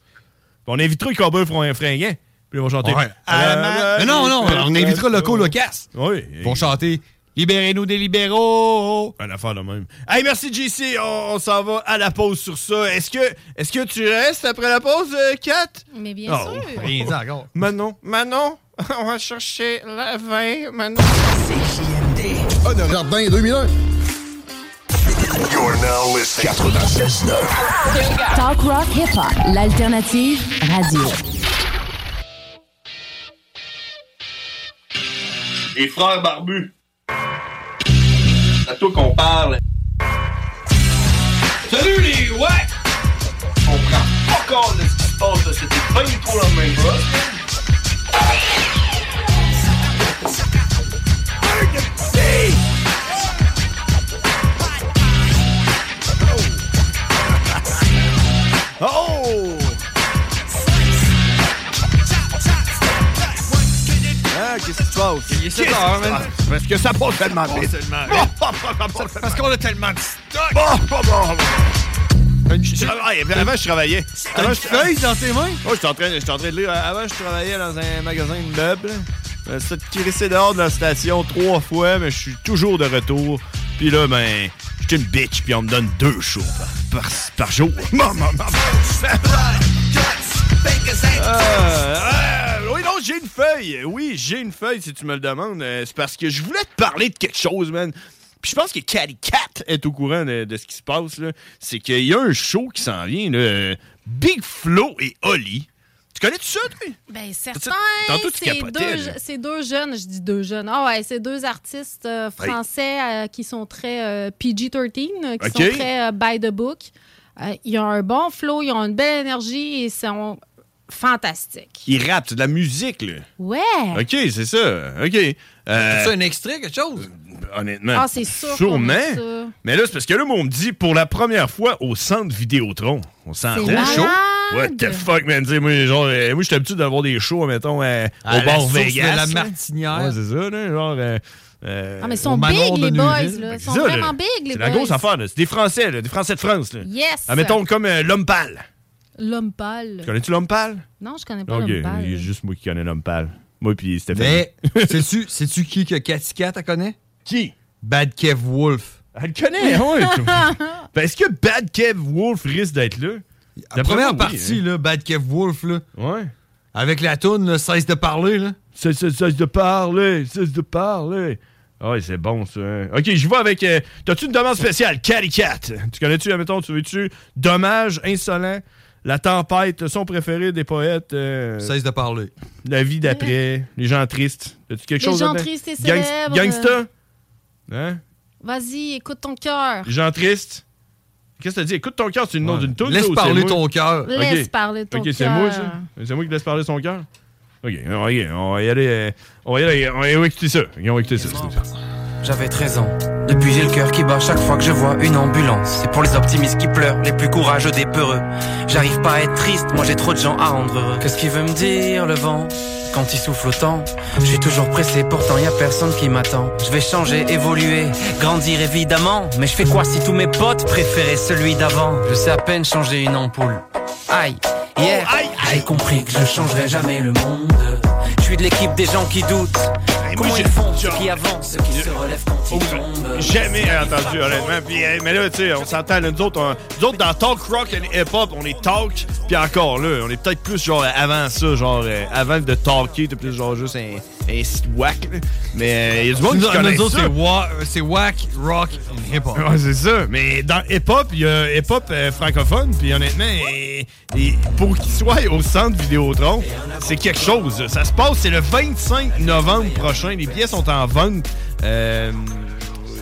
on invitera les cowboys un fringant. Puis ils vont chanter. Euh,
Ouais. À la ma- Mais non, non, on invitera Loco Locasse.
Oui.
Ils vont chanter Libérez-nous des libéraux.
Une affaire de même. Hey, merci JC, on, on s'en va à la pause sur ça. Est-ce que, Euh, est-ce que tu restes après la pause, euh, Kat?
Mais bien
Oh,
sûr.
rien dit encore. Manon, Manon, on va chercher la vin, Manon.
Ah, de Jardin 2001.
You're now listening. 96.9.
Talk Rock Hip Hop, l'alternative radio.
Les frères barbus. C'est à toi qu'on parle. Salut les ouais! On prend pas compte de ce qui se passe, là. c'était pas du tout la même chose.
Oh!
Ah, Oh! Ah, qu'est-ce qui se passe?
Il est 7 heures, man. Ah, Oh,
Parce que ça passe tellement
Ça passe
vite.
tellement
Bon,
vite.
bon, bon, bon, bon.
Parce qu'on a tellement de stock.
Bon, bon, bon, bon, bon. Je travaille. Avant, je travaillais.
T'as
Avant,
une
je-
feuille dans tes mains?
Oh, j'étais en, train- j'étais en train de lire. Avant, je travaillais dans un magasin de meubles. Euh, Je me suis crissé dehors de la station trois fois, mais je suis toujours de retour. Puis là, ben, j'étais une bitch, puis on me donne deux shows par, par- par jour. Maman, maman. Euh, euh, oui, non, j'ai une feuille. Oui, j'ai une feuille, si tu me le demandes. Euh, c'est parce que je voulais te parler de quelque chose, man. Puis je pense que Caddy Cat est au courant de, de ce qui se passe, là. C'est qu'il y a un show qui s'en vient, là. Euh, Big Flo et Oli. Tu connais tout ça, toi?
Ben, certains.
Tantôt, tu
C'est
capotais,
deux,
là.
je- c'est deux jeunes, je dis deux jeunes. Ah ouais, c'est deux artistes euh, français euh, qui sont très euh, PG-13, euh, qui
Ok.
sont très euh, by the book. Euh, ils ont un bon flow, ils ont une belle énergie et ils sont fantastiques.
Il rappe, c'est de la musique, là.
Ouais!
OK, c'est ça. OK. Euh,
C'est un extrait, quelque chose?
honnêtement.
Ah, c'est sûr qu'on
Sûrement.
aime ça.
Mais là, c'est parce que là, moi, on me dit pour la première fois au centre Vidéotron. On s'entend.
C'est malade.
What the fuck, man? Tu sais, moi, genre, euh, moi, j'étais habitué d'avoir des shows, mettons, euh,
À
au
la
bord
source
Vegas.
de la
là.
Martinière.
Ouais, c'est ça, là, genre. euh, euh,
Ah, mais ils
au
sont
manoir
big,
de
les
Neuville.
boys, là.
Fait
Ils
que
sont
c'est ça, là.
vraiment big, les
C'est
boys.
la grosse affaire, là. C'est des Français, là, des Français de France, là.
Yes!
Ah, mettons, comme euh, l'homme pâle.
L'homme pâle.
Connais-tu l'homme pâle?
Non, je connais pas
Ok,
l'homme pâle.
il y a juste moi qui connais l'homme pâle. Moi, puis Stéphane.
Mais, sais-tu, sais-tu qui que Cathy Cat elle connaît?
Qui?
Bad Kev Wolf.
Elle connaît,
hein,
ouais. Ben, Est-ce que Bad Kev Wolf risque d'être là?
La
D'après
première
moi, oui,
partie,
hein.
là, Bad Kev Wolf, là.
Ouais.
Avec la toune, là, cesse de parler, là.
Cesse, cesse de parler, cesse de parler. Ah Ouais, c'est bon, ça. hein. Ok, je vais avec. euh, T'as-tu une demande spéciale? Catty Cat. Tu connais-tu, admettons, tu veux-tu? Dommage, insolent, la tempête, le son préféré des poètes. euh,
Cesse de parler.
La vie d'après, les gens tristes. As-tu quelque
Les
chose
gens
là-dedans?
tristes et
Gangs-
célèbres.
Gangsta? Hein?
Vas-y, écoute ton cœur.
Les gens tristes? Qu'est-ce que t'as dit? Écoute ton cœur, c'est le nom d'une toune.
Laisse
ça, ou c'est
parler
moi?
ton cœur.
Laisse
Ok.
parler ton
Ok,
cœur.
c'est moi, ça? C'est moi qui laisse parler son cœur? Ok, on va y aller. On va y aller, euh, on va y aller, on va y aller écouter ça. Ok, On va écouter ça.
J'avais 13 ans. Depuis j'ai le cœur qui bat chaque fois que je vois une ambulance. C'est pour les optimistes qui pleurent, les plus courageux des peureux. J'arrive pas à être triste, moi j'ai trop de gens à rendre heureux. Qu'est-ce qu'il veut me dire le vent quand il souffle autant Je suis toujours pressé, pourtant y a personne qui m'attend. Je vais changer, évoluer, grandir évidemment. Mais je fais quoi si tous mes potes préféraient celui d'avant Je sais à peine changer une ampoule. Aïe, hier, j'ai compris que je changerai jamais le monde. Je suis de l'équipe des gens qui doutent. Comment ils font, ceux qui avancent, ceux qui se relèvent quand ils tombent.
Jamais entendu, honnêtement. Puis, hey, mais là, tu sais, on s'entend, là, nous autres, on- nous autres, dans talk rock and hip hop, on est talk, puis encore là, on est peut-être plus genre avant ça, genre euh, avant de talker, t'es plus genre juste un, un whack, là. Mais il y a du monde qui
Nous-
connaît
nous autres,
ça.
c'est wa- c'est whack, rock et hip-hop.
Ouais, c'est ça. Mais dans hip-hop, il y a hip-hop euh, francophone, puis honnêtement, et- et pour qu'il soit au centre Vidéotron, c'est quelque chose. Ça se passe, c'est le 25 novembre prochain. Les billets sont en vente. Euh,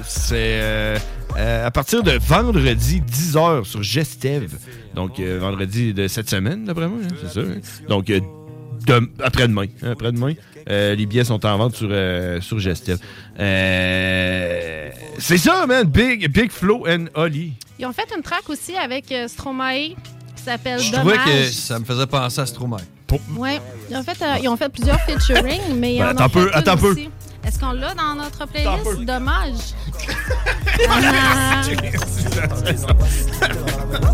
c'est euh, euh, à partir de vendredi 10h sur Gestev. Donc, euh, vendredi de cette semaine, d'après moi, hein, c'est ça. hein. Donc, euh, de- après-demain. hein, après-demain. Euh, les billets sont en vente sur, euh, sur Gestev. Euh, c'est ça, man. Big, Big Flo and Oli.
Ils ont fait une track aussi avec euh, Stromae qui s'appelle
Je trouvais
Dommage.
que ça me faisait penser à Stromae.
Ouais. Ils ont fait, euh, ils ont fait plusieurs featuring, mais ils
Ben,
en
attends
ont
un peu,
fait une
attends un peu.
aussi. Est-ce qu'on l'a dans notre
Attends un
playlist?
peu.
Dommage.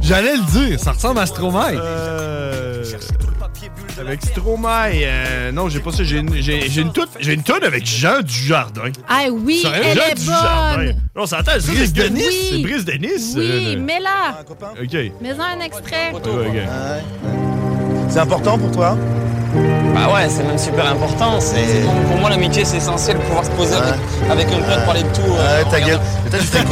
J'allais le dire, ça ressemble à Stromae.
Euh, avec Stromae, euh, non, j'ai pas ça. J'ai une, j'ai, j'ai une toute, j'ai une tonne avec Jean Dujardin.
Ah oui,
Sérieux,
elle
Jean
est
Dujardin.
bonne.
On s'entend, c'est
Brise de
Brise de
Nice,
Nice.
c'est
C'est
Brise
Brise de Nice.
Oui,
Ah,
mets-la.
OK.
Mets-en un extrait.
C'est important pour toi
Bah
Ah
ouais, c'est même super important. C'est- c'est Pour, pour moi, l'amitié, c'est essentiel. Pouvoir se poser
euh,
avec, avec un pote, parler de tout. Ouais, ta gueule.
T'as fait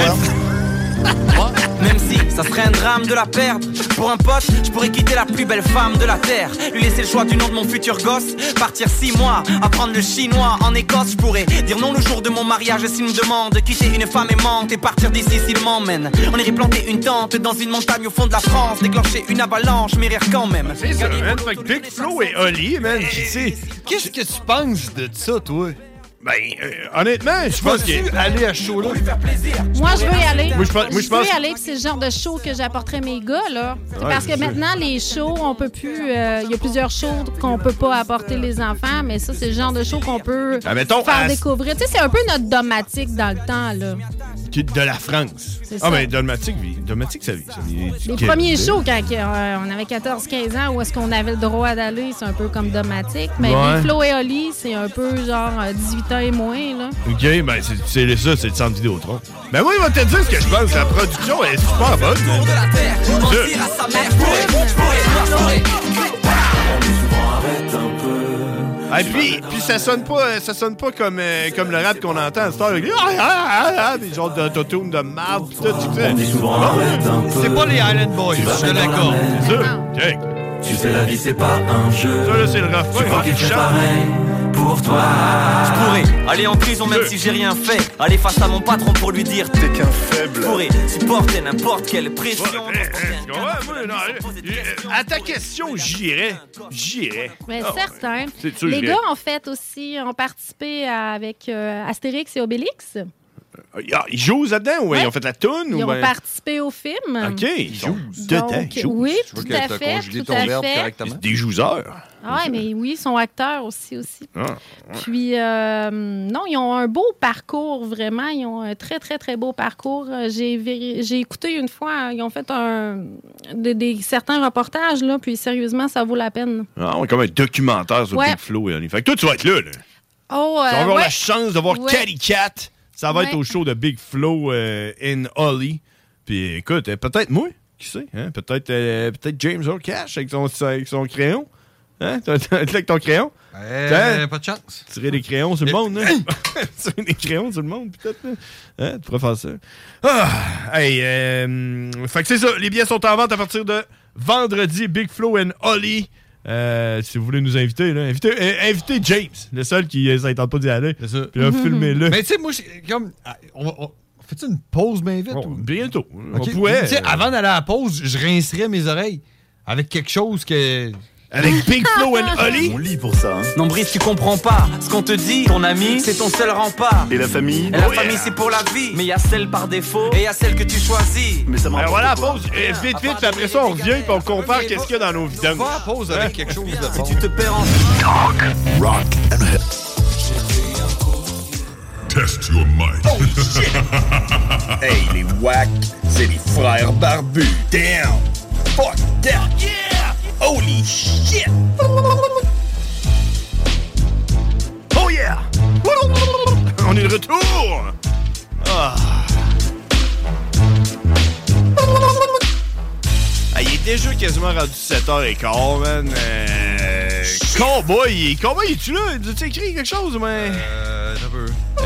quoi
Même si
Ça serait un drame de la perdre. Pour un pote, je pourrais quitter la plus belle femme de la terre. Lui laisser le choix du nom de mon futur gosse. Partir six mois, apprendre le chinois en Écosse. Je pourrais dire non le jour de mon mariage s'il me demande. Quitter une femme aimante et partir d'ici s'il m'emmène. On irait planter une tente dans une montagne au fond de la France. Déclencher une avalanche, mais rire quand même.
C'est ça, man. Fait que Big Flo et Oli, man, tu sais,
Qu'est-ce que tu penses de ça, toi?
Ben, euh, honnêtement, je pense
Vas-tu
que.
aller à ce show-là?
Moi, je veux y aller.
Moi, je pense- moi, je pense-
veux y aller, puis c'est le genre de show que j'apporterais mes gars, là. C'est
Ouais,
parce
c'est
que
sûr.
maintenant, les shows, on peut plus. euh, Il y a plusieurs shows qu'on peut pas apporter les enfants, mais ça, c'est le genre de show qu'on peut
Ah, mettons,
faire
à-
découvrir. Tu sais, c'est un peu notre domatique dans le temps, là.
qui- de la France.
C'est
Ah,
ça.
ben, Dolmatic, vi- Dolmatic, ça vit. ça vit du
Les
Québec.
premiers shows, quand euh, on avait 14-15 ans, où est-ce qu'on avait le droit d'aller, c'est un peu comme domatique. Mais
Ouais.
Big Flo et Oli, c'est un peu genre euh, 18 ans et moins, là.
Ok, ben, c'est- c'est ça, c'est le centre Vidéotron. Ben, moi, il va te dire ce que je pense. La production est super bonne.
Mentir à sa mère, je pourrais, je pourrais, je pourrais.
Ah, puis, puis ça sonne pas, euh, ça sonne pas comme, euh, comme le rap qu'on entend à cette heure. avec Ah, ah, ah, ah, des genres d'autotune de marde, pis tout, tu sais.
C'est pas les Island Boys, je te l'accorde.
C'est sûr. Check.
Ah. Tu sais, la vie, c'est pas un jeu.
Ça, là, c'est le refrain.
Tu crois
hein,
qu'il
qui
fait
chante.
pareil pour toi Je pourrais aller en prison même
Deux.
si j'ai rien fait Aller face à mon patron pour lui dire T'es qu'un faible Je pourrais supporter n'importe quelle pression
Ouais, ouais, non, euh, À ta question, j'irai. J'irai.
Mais
Ah,
certain.
C'est sûr,
les
j'irai.
gars, en fait, aussi, ont participé à- avec euh, Astérix et Obélix.
Ah, Ils jouent là-dedans ou ils ont fait la toune?
Ils
ou
ont
ben-
participé au film.
OK, ils jouent dedans.
Donc,
ils jouent.
oui, tout à fait, tout à fait.
C'est Des joueurs.
Ah ouais, mais oui, ils sont acteurs aussi, aussi.
Ah.
Puis, euh, non, ils ont un beau parcours, vraiment. Ils ont un très, très, très beau parcours. Euh, J'ai véri- j'ai écouté une fois, hein, ils ont fait un, des, des- certains reportages, là, puis sérieusement, ça vaut la peine.
Ah, on a comme un documentaire sur
Ouais.
Big Flo et Oli. Fait que toi, tu vas être là. là.
Oh,
Tu vas
euh,
avoir
ouais.
la chance de voir
Ouais.
Catty Cat. Ça va
Ouais.
être au show de Big Flo euh, in Holly. Puis écoute, euh, peut-être moi, qui sait, hein? peut-être euh, peut-être James Earl Cash avec son, avec son crayon. Hein? T'as- t'as- t'as avec ton crayon?
Euh,
pas de chance. Tirer des crayons sur le monde, hein? Tirer des crayons sur le monde, peut-être. hein? Hein? Tu pourrais faire ça. Ah! Hey, euh, fait que c'est ça. Les billets sont en vente à partir de vendredi. Big Flo and Holly. Euh, si vous voulez nous inviter, là, invitez, euh, invitez James, le seul qui euh, ça ne tente pas d'y aller. C'est ça. Puis là, filmez-le.
Mais tu sais, moi, j'ai- comme. ah, On, va- on- Fais-tu une pause bien vite? ou-
Bientôt. On
Ok.
pourrait.
Tu sais, avant d'aller à la pause, je rincerais mes oreilles avec quelque chose que.
Avec Big Flo and Oli?
On lit pour ça, hein.
Non, Brice, tu comprends pas ce qu'on te dit. Ton ami, c'est ton seul rempart.
Et la famille?
Et la
Oh, yeah.
famille, c'est pour la vie. Mais y a celle par défaut et y a celle que tu choisis. Mais ça
Alors voilà, pause. Euh, vite, vite, puis après ça, on revient puis on compare qu'est-ce qu'il y a dans nos vidanges. Hein? pause avec quelque chose de bon.
Tu te perds en
Talk, rock, and hip. Test your mic.
Oh, hey, les wack, c'est les frères barbus. Damn! Fuck that! Yeah! Holy shit!
Oh yeah! On est de retour! Ah. Ah, il est déjà quasiment rendu 7h15, man. Euh, cowboy, cowboy, es-tu là? Tu écrit quelque chose, man? Euh,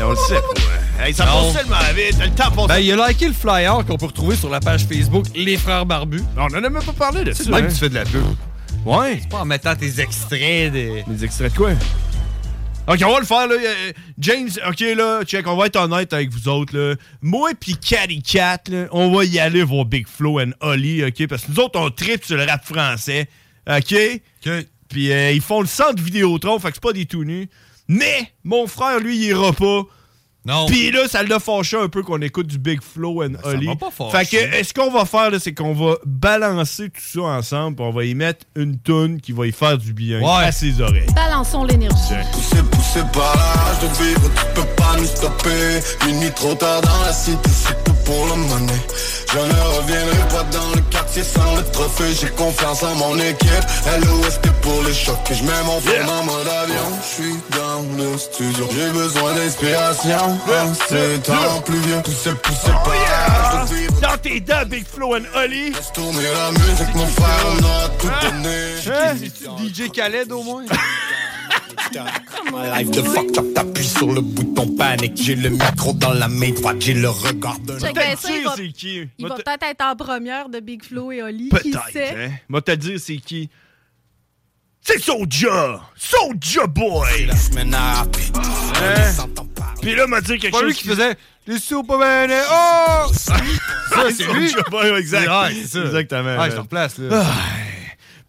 on le sait pas. Hey, ça
Non.
passe tellement vite, le temps passe
Ben, il a liké le flyer qu'on peut retrouver sur la page Facebook Les Frères Barbus.
On en a même pas parlé de ça,
Même
hein.
que tu fais de la pub.
Ouais.
C'est pas en mettant tes extraits des.
Des extraits de quoi? Ok, on va le faire, là. Euh, James, ok, là, check, on va être honnête avec vous autres, là. Moi pis Catty Cat, là, on va y aller voir Big Flo and Oli, ok? Parce que nous autres, on tripe sur le rap français, ok? Ok. Pis euh, ils font le centre Vidéotron, fait que c'est pas des tout nus. Mais, mon frère, lui, il ira pas.
Non.
Pis là, ça l'a fâché un peu qu'on écoute du Big Flo and
ça
Oli.
m'a pas fâché.
Fait que, est-ce qu'on va faire, là, c'est qu'on va balancer tout ça ensemble, pis on va y mettre une toune qui va y faire du bien
Ouais.
à ses oreilles.
Balançons l'énergie.
Poussé, poussé par la rage de vivre, tu peux pas nous stopper. Minuit trop tard dans la cité, c'est tout pour le monnaie. Je ne reviendrai pas dans le quartier sans le trophée. J'ai confiance en mon équipe. LOSP pour les chocs. Et je mets mon film en mode avion. Je suis dans le studio. J'ai besoin d'inspiration. Hein, C'est temps plus vieux. Poussé, poussé par la rage de vivre.
Oh, Dans tes dents, Big Flo and Oli.
Tourner la
Hein? euh,
musique, mon frère, on a tout donné.
DJ Khaled au moins?
putain. Un live de fucked up, t'appuies sur le bouton panique. J'ai le micro dans la main droite, j'ai le regard d'un
Check bien ça, il va, il va peut-être être en première de Big Flo et Oli. qui
Peut-être,
sait?
hein. Moi, te dire, c'est qui? C'est Soulja! Soulja Boy! Hein? Puis là, m'a dit quelque
pas
chose.
lui qui faisait les Superman et oh!
Ça, c'est lui. Ouais, exact.
Ouais, c'est ça.
Exactement.
Ouais, je te replace, là.
Ah.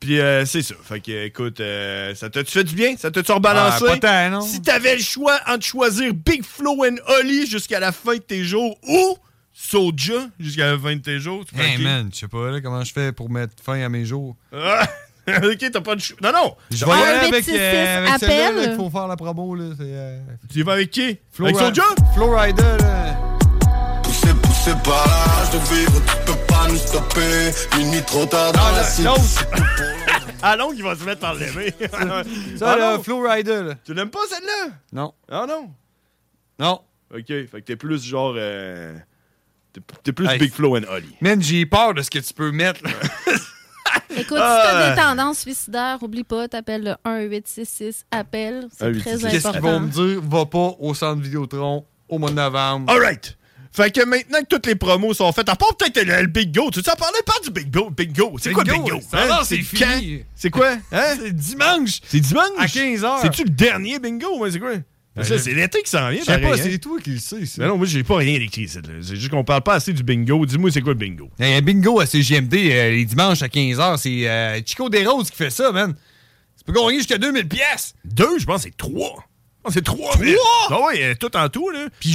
Puis euh, c'est ça. Fait que, écoute, euh, ça t'a-tu fait du bien? Ça t'a-tu rebalancé?
Ah, pas tant, non?
Si t'avais le choix entre choisir Big Flo and Oli jusqu'à la fin de tes jours ou Soja jusqu'à la fin de tes jours, tu prends
Hey
qui?
man, je sais pas là, comment je fais pour mettre fin à mes jours.
Ah, ok, t'as pas de choix. Non, non!
Je vais y
Ah,
aller avec,
celle
euh, avec celle-là, là, qu'il faut faire la promo. Là, c'est, euh,
Tu y vas avec qui?
Flo
avec
Ri-
Soja?
Flo Rider, là.
Poussé, poussé par la rage de vivre, tu peux pas nous stopper. Minuit trop tard dans la
Ah,
cité.
Allons, Ah, il va se mettre par le lever.
Ça, là,
Flow Rider. Tu l'aimes pas, celle-là?
Non.
Ah non? Non. OK, fait que t'es plus genre... euh, t'es- T'es plus
Hey.
Big Flo and Oli.
Man, j'ai peur de ce que tu peux mettre. là.
Écoute, si
Ah.
t'as des tendances suicidaires, oublie pas, t'appelles le 1866 appel.
Ah,
C'est très
Qu'est-ce qu'ils vont
important.
me dire? Va pas au centre Vidéotron au mois de novembre.
Alright. Fait que maintenant que toutes les promos sont faites, à part peut-être le, le Big Go, tu t'en parlais pas du Big Go. Big Go, c'est
Big
quoi
Go,
Big Go?
ça va, c'est
quand?
fini.
C'est quoi? Hein? c'est
dimanche.
C'est dimanche?
À 15h.
C'est-tu le dernier bingo? Ouais, c'est quoi? Parce que là, c'est l'été qui s'en vient.
Ben Je sais pas,
pareil, hein?
c'est toi qui le sais. ça.
Mais non, moi, j'ai pas rien écrit. ça, là. C'est juste qu'on parle pas assez du bingo. Dis-moi, c'est quoi le bingo?
Hey, Ben, un bingo à CGMD euh, les dimanches à 15h. C'est euh, Chico Desroses qui fait ça, man. Tu peux gagner jusqu'à 2000 pièces.
Deux, je pense que c'est trois. Oh, c'est trois!
Trois?
Ah ouais, euh, tout en tout, là. Puis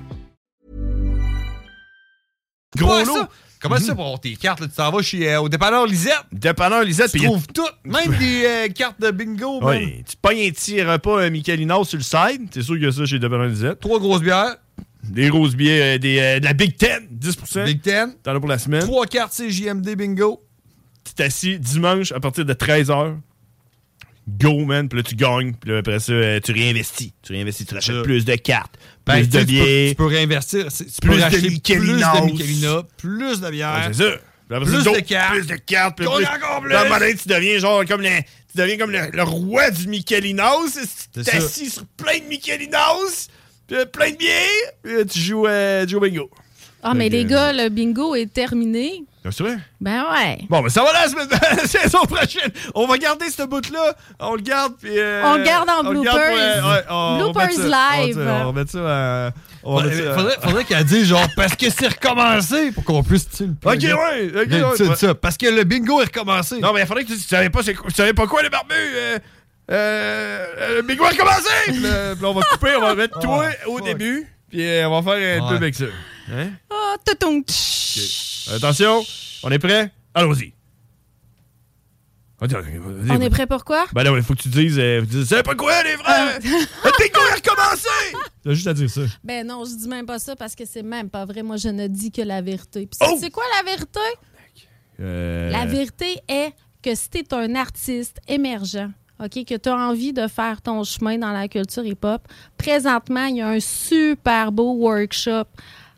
Gros lot. Comment ça pour avoir tes cartes? là? tu t'en vas chez, euh, au dépanneur Lisette.
Mhm. Dépanneur Lisette.
Tu
puis il y a-
trouves tout. Même des euh, cartes de bingo. man.
Oui, tu pognes un petit repas euh, Michelino sur le side. C'est sûr qu'il y a ça chez Dépendant Lisette. Trois grosses bières. Des grosses bières, euh, des, euh, de la Big Ten, 10 Big
Ten.
T'en as pour la semaine.
Trois cartes CJMD bingo.
Tu t'assis dimanche à partir de 13h. Go, man. Puis là, tu gagnes. Puis là, après ça, euh, tu réinvestis. Tu réinvestis. Tu achètes plus de cartes,
Ben,
plus
tu sais,
de
tu peux-
bières.
Tu peux réinvestir. c'est- Tu
Plus
peux
de
racheter plus
Michelinos.
de Michelina, plus de bière.
Ouais, c'est ça. Puis après ça,
Plus de
d'autres-
cartes.
Plus de cartes. Puis
Gagne
plus-
encore
Puis à un moment
plus.
donné, tu deviens genre comme le, tu deviens comme le, le roi du Michelinos. Tu
C'est ça.
t'assis sur plein de Michelinos, puis, euh, plein de bières, puis euh, tu joues, euh, tu joues au bingo.
Ah, mais les gars, le bingo est terminé.
Ah, C'est vrai?
Ben ouais.
Bon, ben ça va la semaine- la saison prochaine. On va garder ce bout-là. On le garde. Puis, euh,
On le garde en
le garde, euh,
bloopers.
ouais, ouais, on- on va
Bloopers
mettre ça-
live.
On va remettre ça à. on va
Faudrait,
mettre ça à-
faudrait- faudrait qu'elle dise genre parce que c'est recommencé pour qu'on puisse tu le
Ok,
plugger.
ouais, ok,
Bien,
ouais,
tu-
ouais.
ça, parce que le bingo est recommencé.
Non, mais il faudrait que tu, tu savais pas, c'est quoi- tu savais pas quoi les barbus. Euh, euh, euh, le Big One a commencé. Puis là, puis là, on va couper, on va mettre toi au début. Puis euh, on va faire un peu avec ça. Hein?
Oh, toutoum.
Attention, on est prêt? Allons-y. Vas-y, vas-y, vas-y.
On est prêt pour quoi? Ah.
Ben là, il faut que tu dises, euh, faut que tu dises, c'est pas quoi les frères! Le bingo est recommencé! T'as juste à dire ça.
Ben non, je dis même pas ça parce que c'est même pas vrai. Moi, je ne dis que la vérité. Puis c'est quoi la vérité?
Euh.
La vérité est que si t'es un artiste émergent, OK, que tu as envie de faire ton chemin dans la culture hip-hop, présentement, il y a un super beau workshop.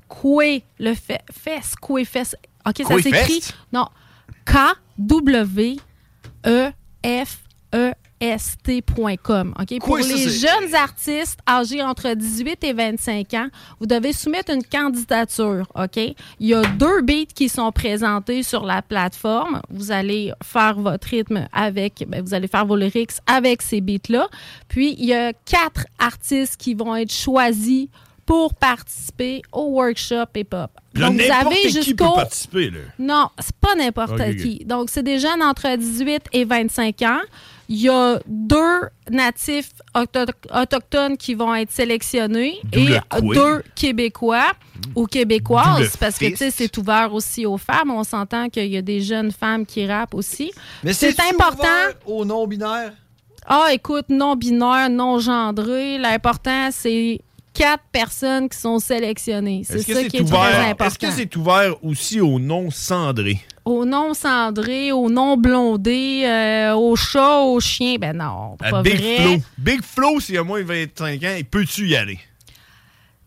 Koué, le fe- fest, Koué fest. OK, ça
Koué Fest?
E s'écrit. Non. K-W-E-F-E. st.com. OK? Pour
ça,
les
c'est-
jeunes artistes âgés entre 18 et 25 ans, vous devez soumettre une candidature. OK? Il y a deux beats qui sont présentés sur la plateforme. Vous allez faire votre rythme avec, ben, vous allez faire vos lyrics avec ces beats-là. Puis, il y a quatre artistes qui vont être choisis pour participer au workshop hip-hop.
Là,
Donc, vous
n'importe
avez
qui peut
jusqu'au
participer, là.
non, c'est pas n'importe
Ok, ok.
qui. Donc, c'est des jeunes entre 18 et 25 ans. Il y a deux natifs auto- autochtones qui vont être sélectionnés
D'où
et
le quiz.
deux Québécois ou
D'où le
Québécoises parce que tu
fist.
sais, c'est ouvert aussi aux femmes. On s'entend qu'il y a des jeunes femmes qui rappent aussi.
Mais
c'est
c'est-tu
important.
Au non-binaire?
Ah, écoute, non binaire, non gendré. L'important, c'est quatre personnes qui sont sélectionnées. C'est
Est-ce que
ça qui est très
ouvert?
important.
Est-ce que c'est ouvert aussi aux non-cendrés?
Au non cendré, au non blondé, euh, au chat, au chien. Ben non,
À
pas
Euh, Big
vrai.
Flo. Big Flo, s'il a moins de 25 ans, peux-tu y aller?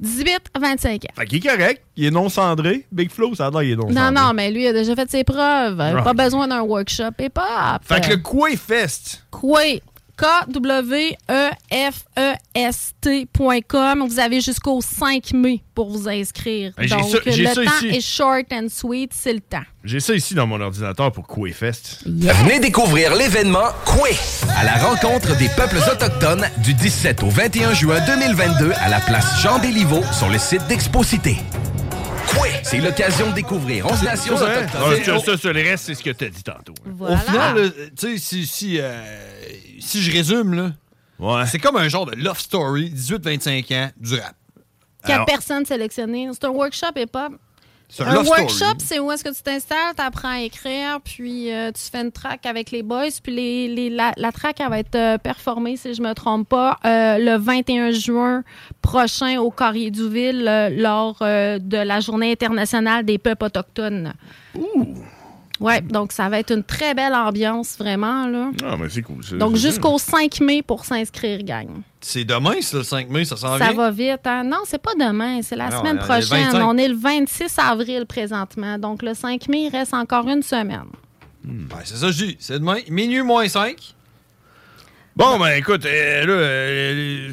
18, 25 ans.
Fait qu'il est correct. Il est non-cendré. Big Flo, ça a l'air, il est non-cendré.
Non, non, mais lui, il a déjà fait ses preuves.
Right.
Pas besoin d'un workshop et pas.
Fait que le Koué Fest,
Quay, E K-W-E-F-E-S-T.com. Vous avez jusqu'au 5 mai pour vous inscrire.
Ben, j'ai
Donc,
ça- j'ai
le
ça
temps
ici.
est short and sweet, c'est le temps.
j'ai ça ici dans mon ordinateur pour Koué Fest.
Venez découvrir l'événement Koué à la rencontre des peuples autochtones du 17 au 21 juin 2022 à la place Jean Béliveau sur le site d'Exposité. Koué, c'est l'occasion de découvrir 11 nations
Ça, hein?
autochtones.
Ah, ça, ça, le reste, c'est ce que t'as dit tantôt.
Au final, là, tu sais, si, si, euh, si je résume, là, c'est comme un genre de love story, 18-25 ans, du rap.
Quatre
Alors-
personnes sélectionnées. C'est un workshop et pas.
C'est un
un
love
workshop,
story.
c'est où est-ce que tu t'installes, tu apprends à écrire, puis euh, tu fais une track avec les boys, puis les, les- la, la track, elle va être euh, performée, si je me trompe pas, euh, le 21 juin prochain au Carrier du Ville lors euh, de la Journée internationale des peuples autochtones. Ouais, donc ça va être une très belle ambiance, vraiment. Là.
Ah, mais c'est cool. ça.
Donc
C'est
jusqu'au 5 mai pour s'inscrire, gang.
C'est demain, ça, le 5 mai, ça s'en
Ça
vient.
va vite. hein? Non, c'est pas demain, c'est la
Ah Non,
semaine
on est
prochaine.
25.
on est le 26 avril présentement. Donc, le 5 mai, il reste encore une semaine.
Ouais, c'est ça, que je dis. C'est demain, minuit moins 5.
Bon, ben écoute, euh, là, euh,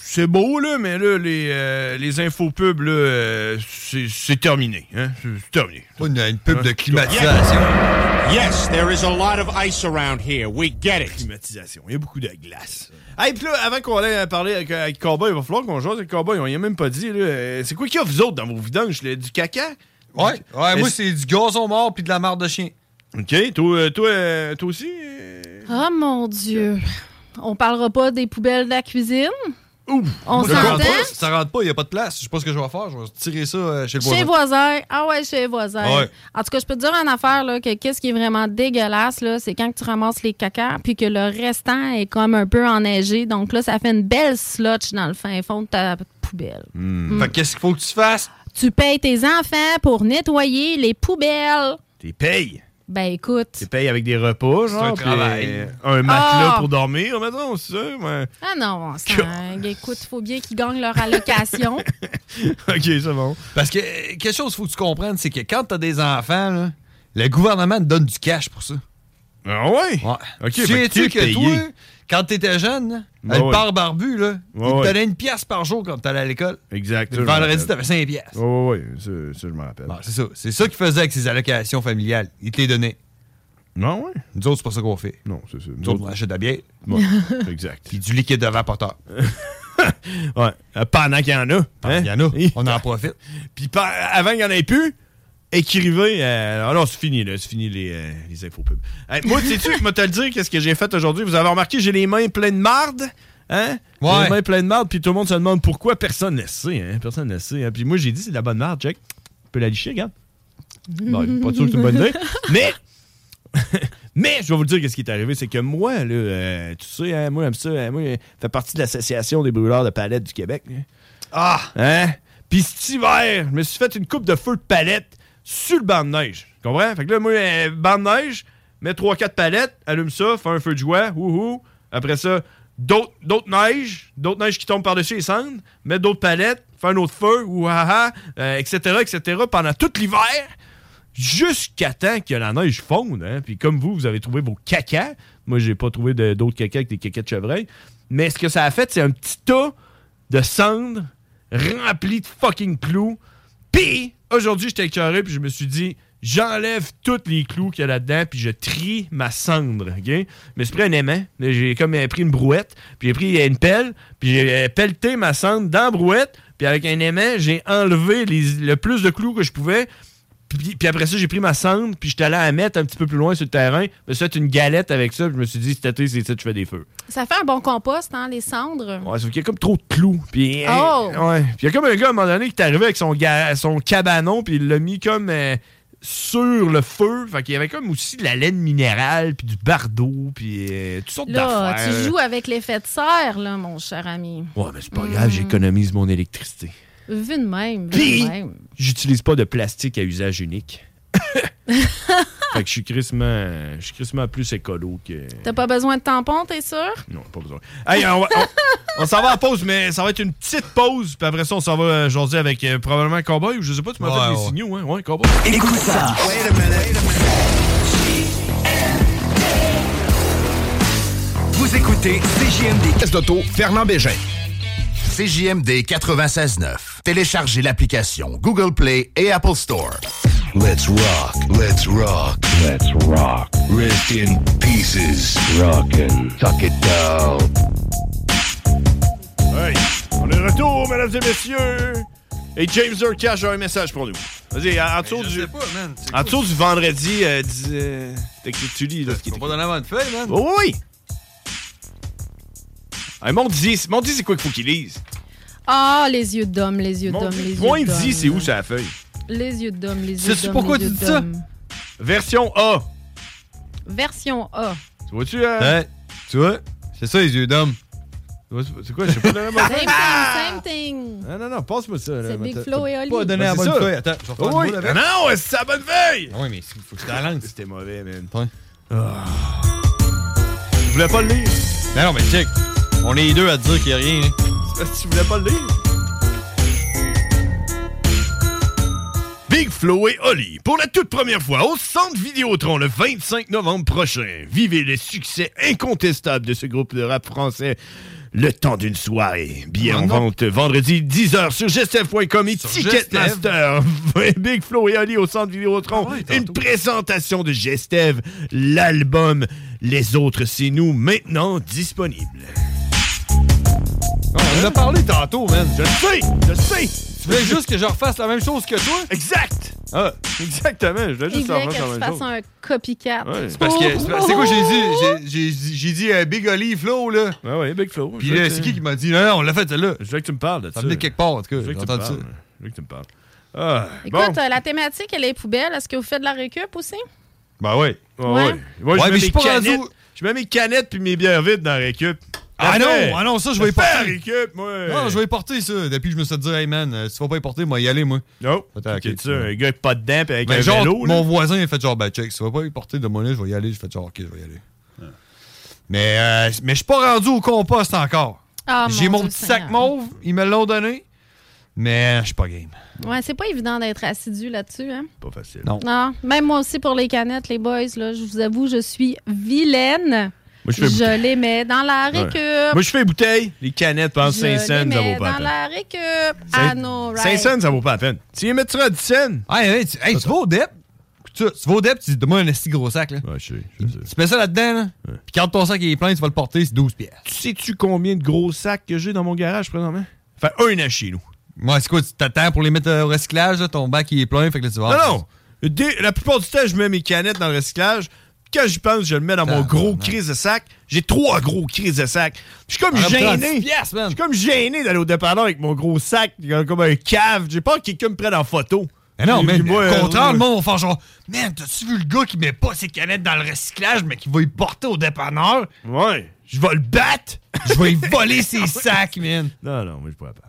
c'est beau, là, mais là, les, euh, les infos pubs, là, euh, c'est c'est terminé. Hein? C'est c'est terminé. Hein?
On a une pub de
Yes, there is a lot of ice around here. We get it.
Climatisation. Il y a beaucoup de glace. Hey, puis là, avant qu'on aille parler avec, avec Cowboy, il va falloir qu'on joue avec Cowboy. On y a même pas dit, là. euh, C'est quoi qu'il y a, vous autres, dans vos vidanges? là? Du caca?
Ouais, ouais moi, c'est du gazon mort puis de la marde de chien.
OK, toi, euh, toi, euh, toi aussi?
Ah,
Oh mon Dieu! On parlera pas des poubelles de la cuisine. On
Moi, ça rentre
s'entend?
pas, Ça rentre pas, il n'y a pas de place. Je sais pas ce que je vais faire. Je vais tirer ça euh, chez le voisin.
Chez voisin. Ah ouais, chez voisin.
Ouais.
En tout cas, je peux te dire une affaire, là, que qu'est-ce qui est vraiment dégueulasse, là, c'est quand tu ramasses les cacas, puis que le restant est comme un peu enneigé. Donc là, ça fait une belle slotch dans le fin fond de ta poubelle.
Fait que qu'est-ce qu'il faut que tu fasses?
Tu payes tes enfants pour nettoyer les poubelles.
T'es payes.
Ben écoute.
T'es payes avec des repas, genre.
un
puis,
travail.
euh, Un matelas
Ah!
pour dormir, maintenant, c'est ça? ouais.
Ah non, c'est dingue. Écoute, faut bien qu'ils gagnent leur allocation.
OK, c'est bon.
Parce que euh, quelque chose faut que tu comprennes, c'est que quand t'as des enfants, là, le gouvernement te donne du cash pour ça.
Ah ouais? OK,
tu
fait que
sais-tu
t'es
que
payé.
toi, quand t'étais jeune, là,
Ouais,
le
ouais.
père barbu, là,
Ouais,
il te
ouais.
donnait une pièce par jour quand t'allais à l'école.
Exact.
Le vendredi, t'avais 5 pièces.
Oui, oui, oui, ça, ça, je me rappelle.
C'est ça. C'est ça qu'il faisait avec ses allocations familiales. Il te les donnait.
Non, Ah ouais.
Nous autres, c'est pas ça qu'on fait.
Non, c'est ça.
Nous autres, on achète de la bière.
Ouais, exact.
Puis du liquide de vapoteur.
Ouais. Euh, pendant qu'il y en a. Pendant
qu'il y en a. On en profite.
Puis pa- avant qu'il n'y en ait plus, écrivez. euh, ah non, c'est fini, là. C'est fini les, euh, les infos pubs. Hey, moi, sais-tu, je vais te le dire, qu'est-ce que j'ai fait aujourd'hui. Vous avez remarqué, j'ai les mains pleines de marde. Hein?
Ouais.
J'ai les mains pleines de marde, puis tout le monde se demande pourquoi personne ne le sait. Hein? Personne ne le sait. hein. Puis moi, j'ai dit, c'est de la bonne marde, check. Tu peux la licher, regarde. Bon, pas sûr que c'est une bonne idée. Mais, mais je vais vous dire qu'est-ce qui est arrivé. C'est que moi, là, euh, tu sais, hein, moi, j'aime ça. hein, moi, je fais partie de l'Association des brûleurs de palettes du Québec. hein.
Ah!
Hein? Puis cet hiver, je me suis fait une coupe de feu de palettes sur le banc de neige. Tu comprends? Fait que là, moi, euh, banc de neige, mets 3-4 palettes, allume ça, fais un feu de joie, wouhou. Après ça, d'autres d'autres neiges, d'autres neiges qui tombent par-dessus les cendres, mets d'autres palettes, fais un autre feu, ouhaha, euh, etc., etc., pendant tout l'hiver jusqu'à temps que la neige fonde. Hein? Puis comme vous, vous avez trouvé vos cacas, Moi, j'ai pas trouvé de- d'autres caca avec des caca de chevreuil. Mais ce que ça a fait, c'est un petit tas de cendres rempli de fucking clous. Puis, aujourd'hui, j'étais écœuré, puis je me suis dit, j'enlève tous les clous qu'il y a là-dedans, puis je trie ma cendre, OK? Mais c'est pris un aimant. Là, J'ai comme euh, pris une brouette, puis j'ai pris une pelle, puis j'ai euh, pelleté ma cendre dans la brouette, puis avec un aimant, j'ai enlevé les- le plus de clous que je pouvais, puis, puis après ça, j'ai pris ma cendre, puis j'étais allé la mettre un petit peu plus loin sur le terrain. Je me suis fait une galette avec ça, puis je me suis dit, cet été, c'est ça que je fais des feux.
Ça fait un bon compost, hein, les cendres.
Ouais, sauf qu'il y a comme trop de clous. Puis,
Oh!
euh, ouais. Puis il y a comme un gars à un moment donné qui est arrivé avec son, ga- son cabanon, puis il l'a mis comme euh, sur le feu. Fait qu'il y avait comme aussi de la laine minérale, puis du bardeau, puis euh, toutes sortes
Là,
d'affaires.
tu joues avec l'effet de serre, là, mon cher ami.
Ouais, mais c'est pas
Hmm.
grave, j'économise mon électricité.
Vu de même, vu
Puis,
de même.
j'utilise pas de plastique à usage unique. fait que je suis crissement, je suis crissement plus écolo que.
T'as pas besoin de tampon, t'es sûr?
Non, pas besoin. Hey, on, va- on- on s'en va en pause, mais ça va être une petite pause. Puis après ça, on s'en va euh, jaser avec euh, probablement Cowboy ou je sais pas, tu m'as fait
Ouais,
des
ouais.
signaux, hein? Ouais, Cowboy.
Écoute ça.
Vous écoutez CJMD. Test d'auto, Fernand Bégin. CJMD 96.9. Téléchargez l'application Google Play et Apple Store.
Let's rock, let's rock, let's rock. Rest in pieces. Rockin'. Tuck it down.
Hey, on est de retour, mesdames et messieurs. Et James Urcash a un message pour nous. Vas-y, en, en dessous du. En dessous du vendredi, euh, dix- euh, t'es que tu lis, là, ce qui est
Pas dans la bonne feuille, man.
Oh oui! Hey, mon 10, mon 10, c'est quoi qu'il faut qu'il lise?
Ah, les yeux d'homme, les yeux d'homme, les yeux
Point
d'homme.
10, c'est où sur la feuille?
Les yeux d'homme, les yeux d'homme.
Sais-tu pourquoi
les
tu
yeux
dis ça?
d'homme.
Version A.
Version A.
Tu vois-tu? hein?
Ouais. Tu vois? C'est ça, les yeux d'homme.
C'est quoi? Je sais pas la
Same thing, same thing.
Non, non, non, passe-moi ça.
C'est Big Flo et Oli.
Pas donné à
Ben, c'est
bonne
ça.
feuille. Attends, je vais reprendre
Oui.
le mot avec.
Ah non, c'est à bonne feuille!
Oui, mais il faut que je la langue.
C'était mauvais, man. Ah.
Je voulais pas le lire. Mais non, mais check. On est les deux à te dire qu'il y a rien. hein.
tu voulais pas le lire? Big Flo et Oli, pour la toute première fois au Centre Vidéotron le 25 novembre prochain. Vivez le succès incontestable de ce groupe de rap français le temps d'une soirée. Billets en vente vendredi 10h sur gstf.com et Ticketmaster. Big Flo et Oli au Centre Vidéotron.
Ah
Une présentation de Gestev, l'album Les autres c'est nous maintenant disponible.
On en a parlé tantôt, man.
Je le sais, je le sais. Tu
voulais juste que je refasse la même chose que toi?
Exact! Ah, exactement. Je voulais
Il
juste
voulait
savoir
qu'elle
la
se
même
fasse
chose.
un copycat.
Ouais, c'est
Parce que, c'est parce- c'est quoi j'ai dit? J'ai- J'ai dit- j'ai dit euh, Big Oli Flow, là.
Ouais, Ah ouais, Big Flow.
Puis
Je
là,
veux
c'est
que-
qui qui m'a dit, non, non, on l'a fait, là.
Je veux que tu me parles de
ça.
ça.
venait de quelque part, en tout cas.
Je veux
J'ai
que tu me
entendu ça.
parles. Je veux que tu me parles. Ah, bon.
Écoute, euh, la thématique, elle est poubelle. Est-ce que vous faites de la récup aussi?
Ben oui.
Ouais.
Moi,
Ouais,
je,
mais
mets
je suis
mes
pas rendu-
canettes, je mets mes canettes puis mes bières vides dans la récup.
Ah non,
Parfait.
ah non, ça, je vais y
Parfait,
porter.
récup, moi.
Non, je vais y porter ça. Depuis que je me suis dit, hey man, euh, si tu vas pas y porter, moi, y aller, moi.
Non.
T'es
Oh, ça, un gars pas dedans puis avec
Ben,
un
genre,
vélo. là.
mon voisin, il a fait genre, ben check, si tu vas pas y porter de monnaie, je vais y aller. Je fais genre, ok, je vais y aller. Mais, euh, mais je suis pas rendu au compost encore.
Ah,
J'ai mon,
mon Dieu
petit sac mauve, ils me l'ont donné, mais je suis pas game.
Ouais, c'est pas évident d'être assidu là-dessus, hein?
Pas facile.
Non.
Non, même moi aussi pour les canettes, les boys, là, je vous avoue, je suis vilaine.
Moi, je fais bouteille.
les mets dans la
Ouais.
récup.
Moi, je fais bouteille. Les canettes pendant 5
Je les
cents, ça
mets
vaut pas la
dans
peine.
la récup.
Cinq-
Ah non, right.
5 cents, ça vaut pas la peine. Tu y mettras 10 cents.
Hey, hey, tu, hey, tu vas au DEP, tu, tu vas au DEP, tu dis, donne-moi un esti gros sac, là.
Ouais, je sais,
Tu mets ça là-dedans, là, puis quand ton sac est plein, tu vas le porter, c'est 12 pièces.
Tu sais-tu combien de gros sacs que j'ai dans mon garage présentement? Fait un à chez nous.
Ouais, c'est quoi, tu t'attends pour les mettre euh, au recyclage, là, ton bac il est plein, fait que là, tu vas...
non, non. Dès- la plupart du temps, je mets mes canettes dans le recyclage. Quand j'y pense, je le mets dans mon gros crise de sac. J'ai trois gros crises de sac. Je suis comme
Arrête, Ah, prends
gêné.
10
Je suis comme gêné d'aller au dépanneur avec mon gros sac, comme un cave. J'ai peur que quelqu'un me prenne en photo.
Mais non,
Puis-
mais
puis moi,
au
euh,
contraire, le monde va faire genre, man, t'as-tu vu le gars qui met pas ses canettes dans le recyclage, mais qui va y porter au dépanneur?
Ouais. Je vais le battre!
Je vais y voler ses sacs, man!
Non, non, moi, je pourrais pas.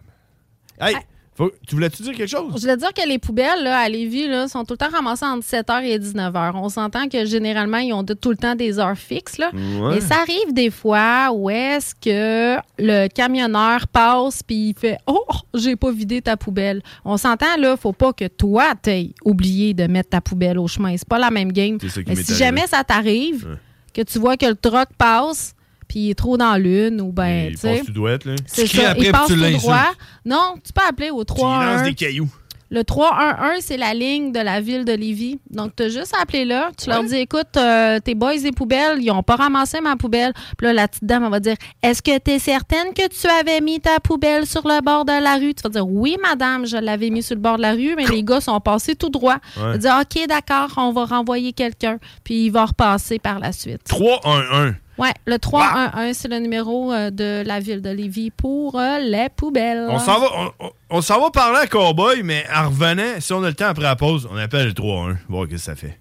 Hey,
Ah.
faut- tu voulais-tu dire quelque chose?
Je voulais dire que les poubelles là, à Lévis là, sont tout le temps ramassées entre 7h et 19h. On s'entend que généralement, ils ont de- tout le temps des heures fixes. Là.
Ouais.
Et ça arrive des fois où est-ce que le camionneur passe puis il fait « Oh, j'ai pas vidé ta poubelle ». On s'entend, là, faut pas que toi, t'aies oublié de mettre ta poubelle au chemin. C'est pas la même game.
C'est ça qui
Mais
m'est
si
arrivé.
jamais ça t'arrive, que tu vois que le truck passe, puis il est trop dans l'une, ou ben, tu
Il
sais.
passe tout doigt, là.
C'est ça, il passe tout droit. Non, tu peux appeler au
Il lance
311.
des cailloux.
Le 311, c'est la ligne de la ville de Lévis. Donc, tu as juste appelé là. Tu leur dis, écoute, euh, tes boys des poubelles, ils ont pas ramassé ma poubelle. Puis là, la petite dame, elle va dire, est-ce que tu es certaine que tu avais mis ta poubelle sur le bord de la rue? Tu vas dire, oui, madame, je l'avais mis sur le bord de la rue, mais les gars sont passés tout droit.
Ouais.
Elle va dire, OK, d'accord, on va renvoyer quelqu'un. Puis il va repasser par la suite.
3-1-1.
Ouais, le 311, c'est le numéro euh, de la ville de Lévis pour euh, les poubelles.
On s'en va, on, on- on s'en va parler à Cowboy, mais en revenant, si on a le temps après la pause, on appelle le 3-1, voir qu'est-ce que ça fait.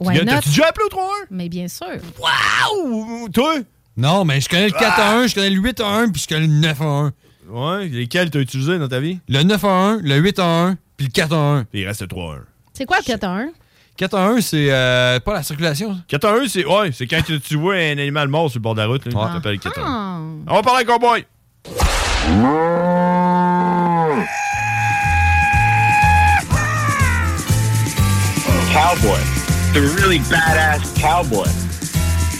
Why
Tu gars,
not?
t'as-tu déjà appelé au 3
Mais bien sûr.
Waouh! Toi? Ah!
Non, mais je connais le 4 à 1, je connais le 8 à 1, puis je connais le 9 à 1.
Ouais, lesquels t'as utilisé dans ta vie?
Le 9 à 1, le 8 à 1, puis le 4 à 1.
Puis il reste le 3-1.
C'est quoi le 411?
4 à 1, c'est euh, pas la circulation. ça.
4-1, c'est ouais, c'est quand tu, tu vois un animal mort sur le bord de la route, là, tu t'appelles 4
Ah.
On va parler à Cowboy!
Cowboy. The really badass cowboy.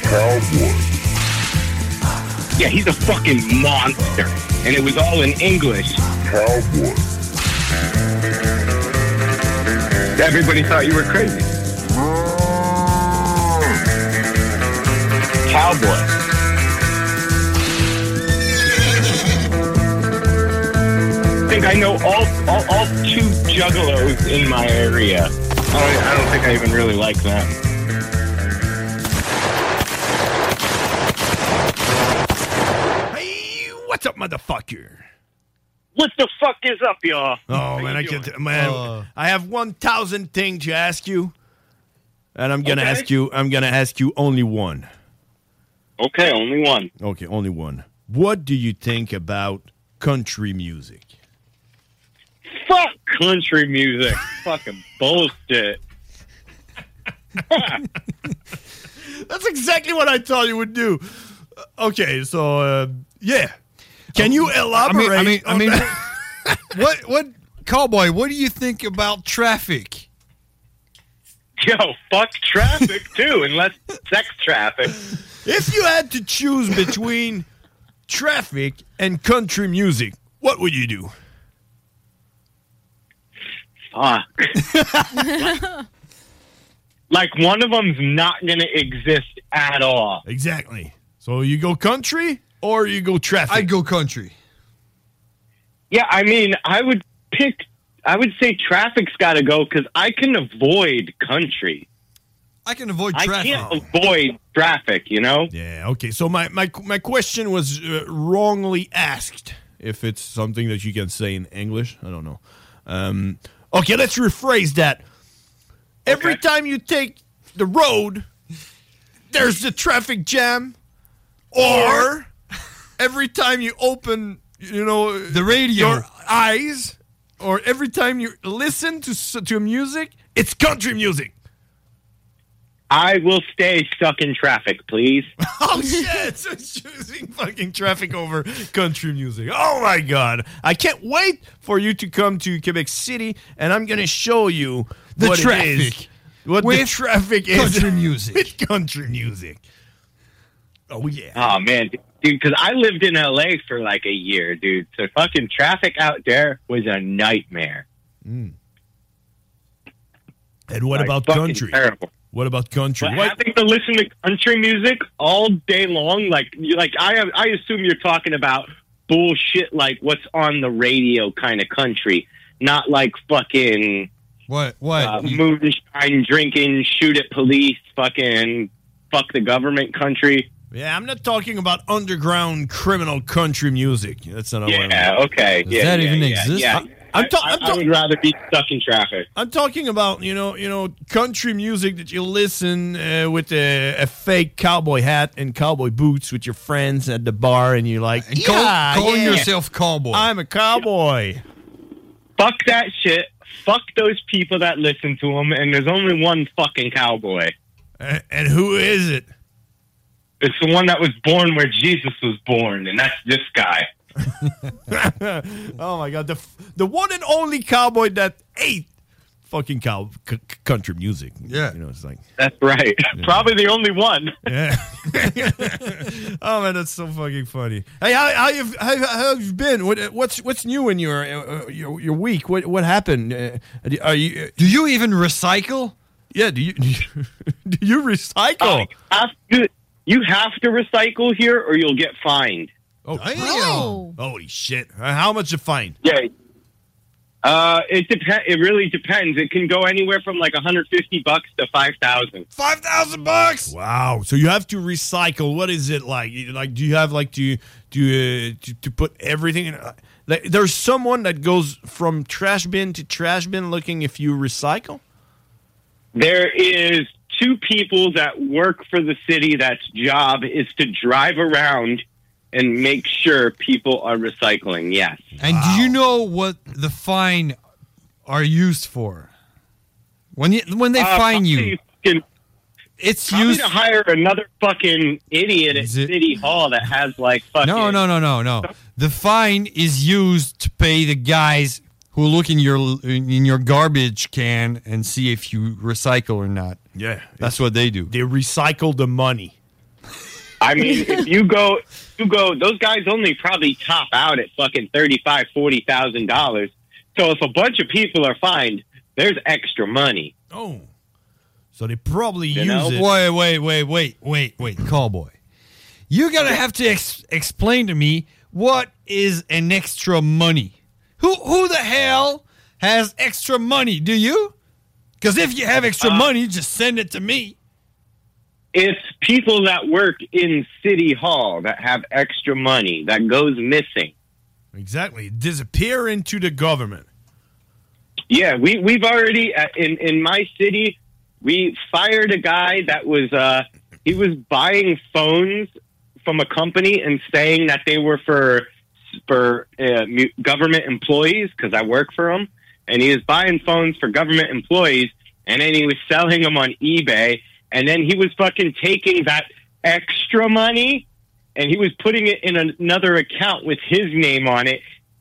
Cowboy. Yeah, he's a fucking monster. And it was all in English. Cowboy. Everybody thought you were crazy. Cowboy. I think I know all, all, all two juggalos in my area. I don't, I don't think I even really like them.
What's up, motherfucker?
What the fuck is up, y'all?
Oh man, I can't. Man,
Uh.
I have one thousand things to ask you, and I'm gonna
Okay.
ask you. I'm gonna ask you only one.
Okay, only one.
Okay, only one. What do you think about country music?
Fuck country music. Fucking bullshit.
That's exactly what I thought you would do. Uh, Okay, so uh, yeah, can you elaborate?
I mean, I mean, I
on-
mean ah, what, what, cowboy? What do you think about traffic?
Yo, fuck traffic too, unless sex traffic.
if you had to choose between traffic and country music, what would you do?
Fuck. like one of them's not gonna exist at all.
Exactly. So you go country or you go traffic? I
go country.
Yeah, I mean, I would pick. I would say traffic's got to go because I can avoid country.
I can avoid
I
traffic.
can't avoid traffic. You know.
Yeah. Okay. So my my my question was uh, wrongly asked. If it's something that you can say in English, I don't know. Um, okay, let's rephrase that. Every time you take the road, there's the traffic jam, or every time you open, you know, the
radio.
your eyes, or every time you listen to s- to music, it's country music.
I will stay stuck in traffic, please.
Oh shit! So it's choosing fucking traffic over country music. Oh my god! I can't wait for you to come to Quebec City, and I'm gonna show you
The
what it
traffic.
is- what the
With
traffic is.
country music.
With country music. Oh yeah.
Oh man, dude, because I lived in LA for like a year, dude. So fucking traffic out there was a nightmare.
Mm. And what
Like,
about
fucking
country?
terrible.
What about country?
But
What?
having to listen to country music all day long, like you- like I I assume you're talking about bullshit, like what's on the radio kind of country, not like fucking
What? What?
uh, moonshine drinking, shoot at police, fucking fuck the government country.
Yeah, I'm not talking about underground criminal country music. That's not. what I mean.
Yeah, okay.
Does
yeah,
that
yeah,
even
yeah,
exist?
Yeah.
I- I'm ta-
I-
I'm
I would rather be stuck in traffic.
I'm talking about you know you know country music that you listen uh, with a, a fake cowboy hat and cowboy boots with your friends at the bar and you're like
call-
yeah,
calling
yeah.
yourself
cowboy.
I'm a cowboy.
Fuck that shit. Fuck those people that listen to him. And there's only one fucking cowboy.
And, and who is it?
It's the one that was born where Jesus was born, and that's this guy.
oh my god, the f- the one and only cowboy that ate fucking cow, c- c- country music. Yeah. You know, it's like.
That's right. Probably the only one.
Yeah. oh man, that's so fucking funny. Hey, how how you how, how have you been? What what's what's new in your uh, your, your week? What what happened? Uh, are you do you even recycle? Yeah, do you do you, do you recycle?
Uh, you, have to, you have to recycle here or you'll get fined.
Oh, damn. Holy shit! Uh, How much you find?
Yeah. Uh, it depend. It really depends. It can go anywhere from like 150 bucks to 5,000.
Five thousand bucks. Wow. So you have to recycle. What is it like? You- Like, do you have like do you do you, uh, to, to put everything in? uh, Like, there's someone that goes from trash bin to trash bin looking if you recycle.
There is two people that work for the city that's job is to drive around and make sure people are recycling. Yes.
And do you know what the fine are used for? When you, when they
Uh,
fine you,
fucking-
it's
Probably
used
to hire another fucking idiot at City Hall that has like fucking.
No, no, no, no, no. The fine is used to pay the guys who look in your in your garbage can and see if you recycle or not.
Yeah,
that's what they do.
They recycle the money.
I mean, if you go, you go. Those guys only probably top out at fucking thirty-five, forty thousand dollars. So if a bunch of people are fined, there's extra money.
Oh, so they probably
You know?
it. Wait, wait, wait, wait, wait, wait, cowboy. You gotta have to ex- explain to me what is an extra money. Who who the hell has extra money? Do you? Because if you have extra money, just send it to me.
Uh, It's people that work in City Hall that have extra money that goes missing.
Exactly. Disappear into the government.
Yeah, we we've already uh, in in my city we fired a guy that was uh he was buying phones from a company and saying that they were for for uh, mu- government employees because I work for him and he was buying phones for government employees and then he was selling them on eBay and then he was fucking taking that extra money and he was putting it in an- another account with his name on it.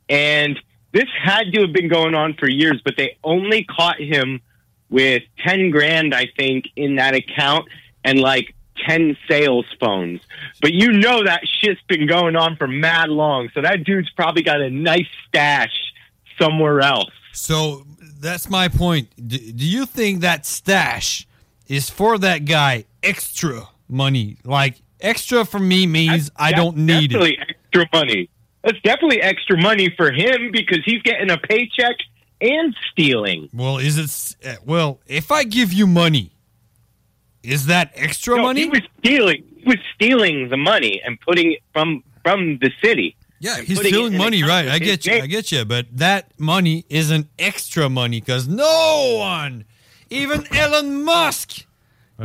And this had to have been going on for years, but they only caught him with 10 grand, I think, in that account and like 10 sales phones. But you know that shit's been going on for mad long. So that dude's probably got a nice stash somewhere else.
So that's my point. D- do you think that stash is for that guy extra money? Like extra for me means I don't need
definitely
it.
extra money. That's definitely extra money for him because he's getting a paycheck and stealing.
Well, is it s- uh, well, if I give you money, is that extra
money? He was stealing. He was stealing the money and putting it from from the city.
Yeah,
And
he's
putting it
stealing
in
money,
accounts
right? I
with his
get you.
name.
I get you, but that money isn't extra money cuz no one, even Elon Musk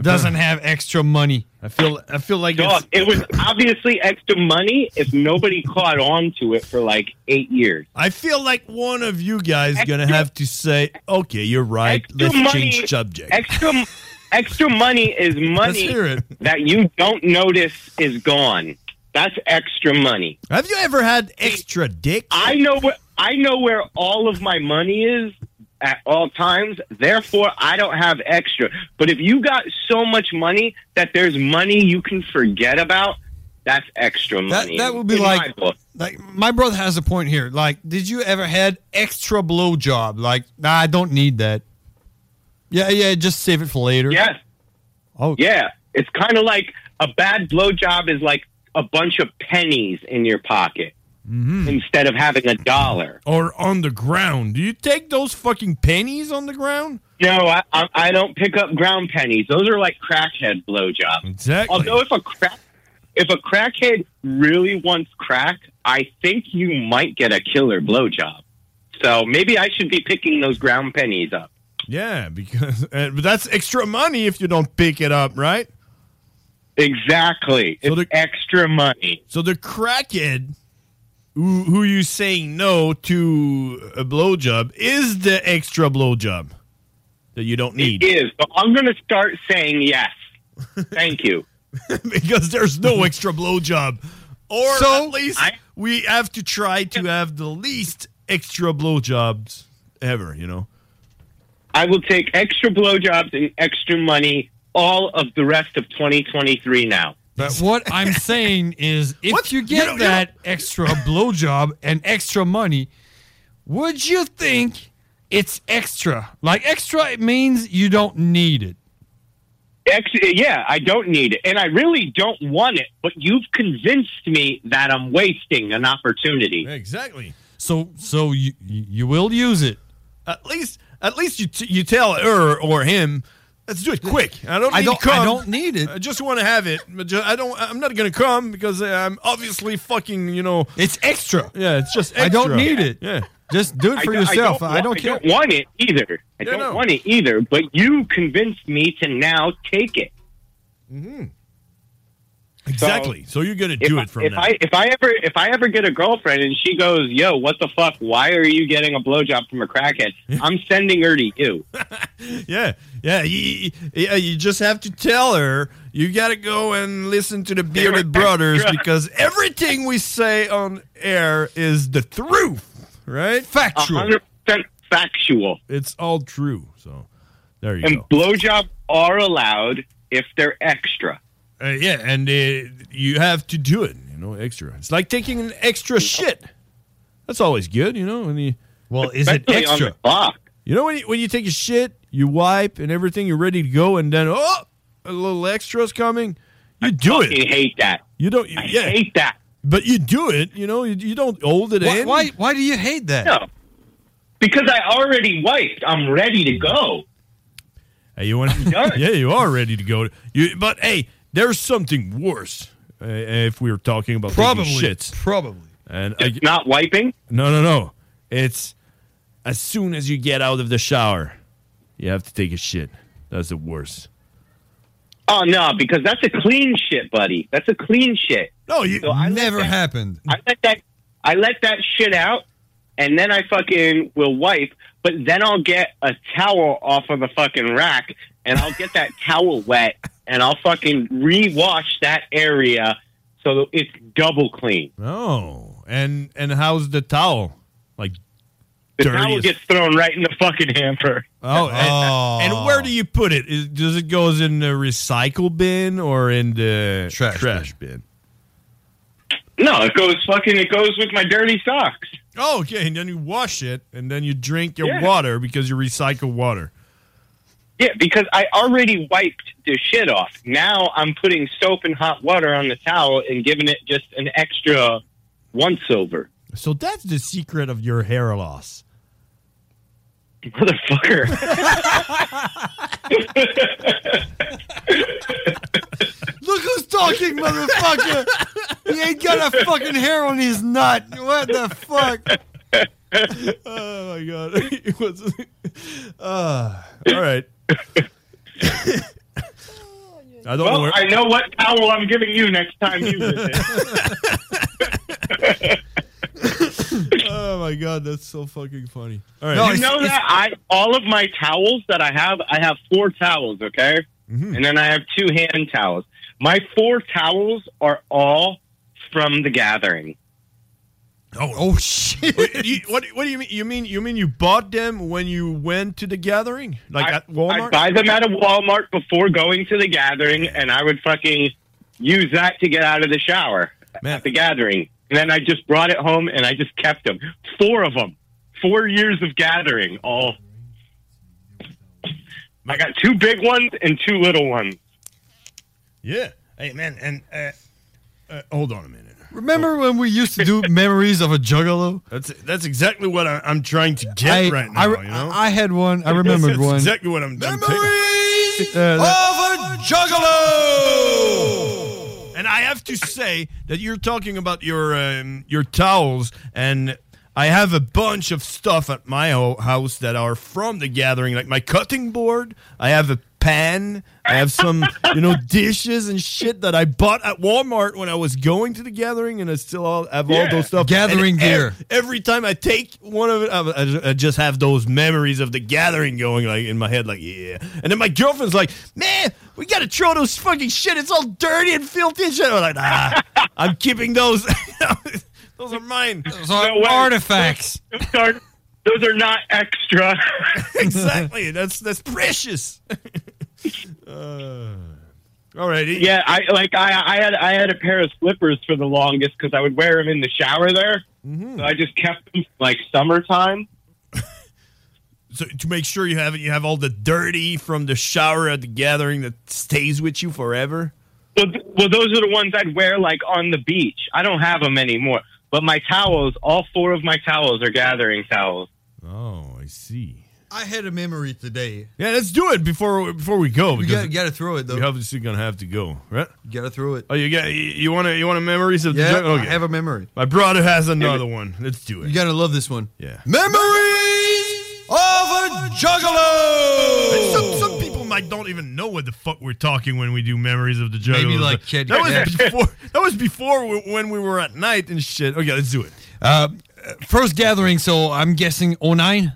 doesn't have extra money.
I feel I feel like
Dog, it was obviously extra money if nobody caught on to it for like eight years.
I feel like one of you guys gonna have to say, "Okay, you're right. Let's
money-
change subject."
Extra extra money is money
hear it.
that you don't notice is gone. That's extra money.
Have you ever had extra dick?
I know where I know where all of my money is at all times. Therefore, I don't have extra. But if you got so much money that there's money you can forget about, that's extra
That
money.
that would be
In my
like
book.
like my brother has a point here. Like, did you ever had extra blowjob? Like, nah, I don't need that. Yeah, yeah, just save it for later.
Yes.
Oh
yeah. It's kind of like a bad blowjob is like a bunch of pennies in your pocket
Hmm.
instead of having a dollar.
Mm-hmm. Or on the ground? Do you take those fucking pennies on the ground?
No, I, I, I don't pick up ground pennies. Those are like crackhead blowjobs.
Exactly.
Although if a crack, if a crackhead really wants crack, I think you might get a killer blowjob. So maybe I should be picking those ground pennies up.
Yeah, because uh, but that's extra money if you don't pick it up, right?
Exactly.
So the,
extra money.
So the crackhead who, who you saying no to a blowjob is the extra blowjob that you don't need.
It is, but I'm going to start saying yes. Thank you.
because there's no extra blowjob. Or
So,
at least we have to try to have the least extra blowjobs ever, you know?
I will take extra blowjobs and extra money all of the rest of 2023 now.
But what I'm saying is, if you get that extra blowjob and extra money, would you think it's extra? Like extra it means you don't need it.
Ex- yeah, I don't need it, and I really don't want it. But you've convinced me that I'm wasting an opportunity.
Exactly.
So so you you will use it.
At least at least you t- you tell her or him. Let's do it quick. I don't. Need
I
to
don't- I
come.
don't need it.
I just want to have it. But ju- I don't. I'm not gonna come because uh, I'm obviously fucking. You know.
It's extra.
Yeah. It's just. extra.
I don't need it.
Yeah.
Just do it for
I don't-
yourself.
I don't,
care.
I don't want it either. I
Yeah,
don't
no.
want it either. But you convinced me to now take it.
Exactly. So, you're gonna do
Mm-hmm. if,
it from
if
now.
I if I ever if I ever get a girlfriend and she goes, "Yo, what the fuck? Why are you getting a blowjob from a crackhead?" I'm sending her to you.
Yeah, yeah, you, yeah. You just have to tell her you got to go and listen to the Bearded Brothers because everything we say on air is the truth, right? Factual,
100% factual.
It's all true. So there you
and
go.
blowjobs are allowed if they're extra.
Uh, yeah, and uh, you have to do it. You know, extra. It's like taking an extra shit. That's always good, you know. When you, well,
is it Especially on extra? the
You know, when you, when you take a shit, you wipe and everything, you're ready to go, and then oh, a little extra's coming. You do it.
fucking hate that.
You don't. I
hate that.
But you do it. You know, you, you don't hold it in. Why?
Why do you hate that?
No, because I already wiped. I'm ready to go.
Hey, you want? yeah, you are ready to go. You, but hey, there's something worse. Uh, if we were talking about taking
Probably.
shits.
Probably.
And I-
not wiping.
No, no, no. It's as soon as you get out of the shower, you have to take a shit. That's the worst.
Oh no, because that's a clean shit, buddy. That's a clean shit.
No, you
never
Oh, happened.
I let that I let that shit out and then I fucking will wipe, but then I'll get a towel off of the fucking rack and I'll get that towel wet and I'll fucking rewash that area so it's double clean.
Oh, and and how's the towel? Like
The
dirty
towel
as-
gets thrown right in the fucking hamper.
Oh, and, and where do you put it? Is, does it goes in the recycle bin or in the trash, bin?
No, it goes fucking it goes with my dirty socks.
Oh, okay. And then you wash it, and then you drink your
Yeah.
water because you recycle water.
Yeah, because I already wiped the shit off. Now I'm putting soap and hot water on the towel and giving it just an extra once over.
So that's the secret of your hair loss.
Motherfucker.
Look who's talking, motherfucker! he ain't got a fucking hair on his nut. What the fuck?
oh my god! It was-
Uh,
Ah, all right. I don't know.
well,
Where,
I know what towel I'm giving you next time you visit.
oh my god, that's so fucking funny. All right.
you know that I all of my towels that I have, I have four towels, okay?
Mm-hmm.
And then I have two hand towels. My four towels are all from the gathering.
Oh,
shit!
Wait, you- what, what do you mean? You mean you mean you bought them when you went to the gathering, like at Walmart?
I'd buy them at a Walmart before going to the gathering, and I would fucking use that to get out of the shower at the gathering. And then I just brought it home and I just kept them. Four of them. Four years of gathering. All. I got two big ones and two little ones.
Yeah. Hey man, and uh, uh, hold on a minute.
Remember when we used to do memories of a juggalo?
That's that's exactly what I, I'm trying to get
I-
right now.
I-
you know?
I had one. I remembered
That's
one.
Exactly what I'm. Memories
Uh,
of a juggalo. And I have to say that you're talking about your um, your towels, and I have a bunch of stuff at my ho- house that are from the gathering, like my cutting board. I have a pan. I have some you know dishes and shit that I bought at Walmart when I was going to the gathering, and I still all, have all
Yeah.
those stuff.
Gathering
And
gear.
ev- every time I take one of it, I, I- I just have those memories of the gathering going like in my head, like yeah. And then my girlfriend's like, man, we gotta throw those fucking shit. It's all dirty and filthy and shit. I'm like, nah, I'm keeping those. those are mine. Those
No way. Those, Those are not extra.
exactly. That's that's precious. uh, alrighty.
Yeah, I like I, I had I had a pair of slippers for the longest because I would wear them in the shower there.
Mm-hmm.
So I just kept them like summertime.
So to make sure you have you have all the dirty from the shower at the gathering that stays with you forever.
Well, th- well, those are the ones I'd wear like on the beach. I don't have them anymore. But my towels, all four of my towels are gathering towels.
Oh, I see.
I had a memory today.
Yeah, let's do it before before we go.
You
Oh, because
gotta, gotta throw it, though.
You're obviously gonna have to go, right?
gotta throw it.
Oh, you got you- you want to you want to memories of
Yeah,
the jungle?
I have a memory.
My brother has another one. Let's do it.
You gotta love this one.
Yeah.
Memories of a juggalo!
Some, some people might don't even know what the fuck we're talking when we do memories of the jungle.
Maybe like Kid
that was
Kardashian.
before. That was before we, when we were at night and shit. Okay, let's do it.
Uh, first gathering, so I'm guessing 09?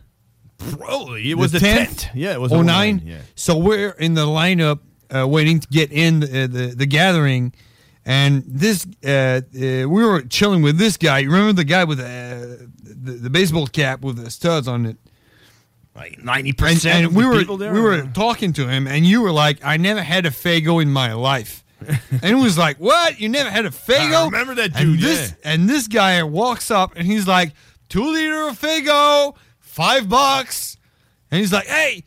Probably it was the, tent. Yeah, it was
09.
09, yeah.
So we're in the lineup uh, waiting to get in the, the, the gathering. And this, uh, uh, we were chilling with this guy. You remember the guy with uh, the, the baseball cap with the studs on it?
Like ninety
And,
percent
and we were we were talking to him, and you were like, "I never had a fago in my life," and he was like, "What? You never had a fago?"
I remember that
And
dude,
this and this guy walks up and he's like, two liter of fago, five bucks," and he's like, "Hey,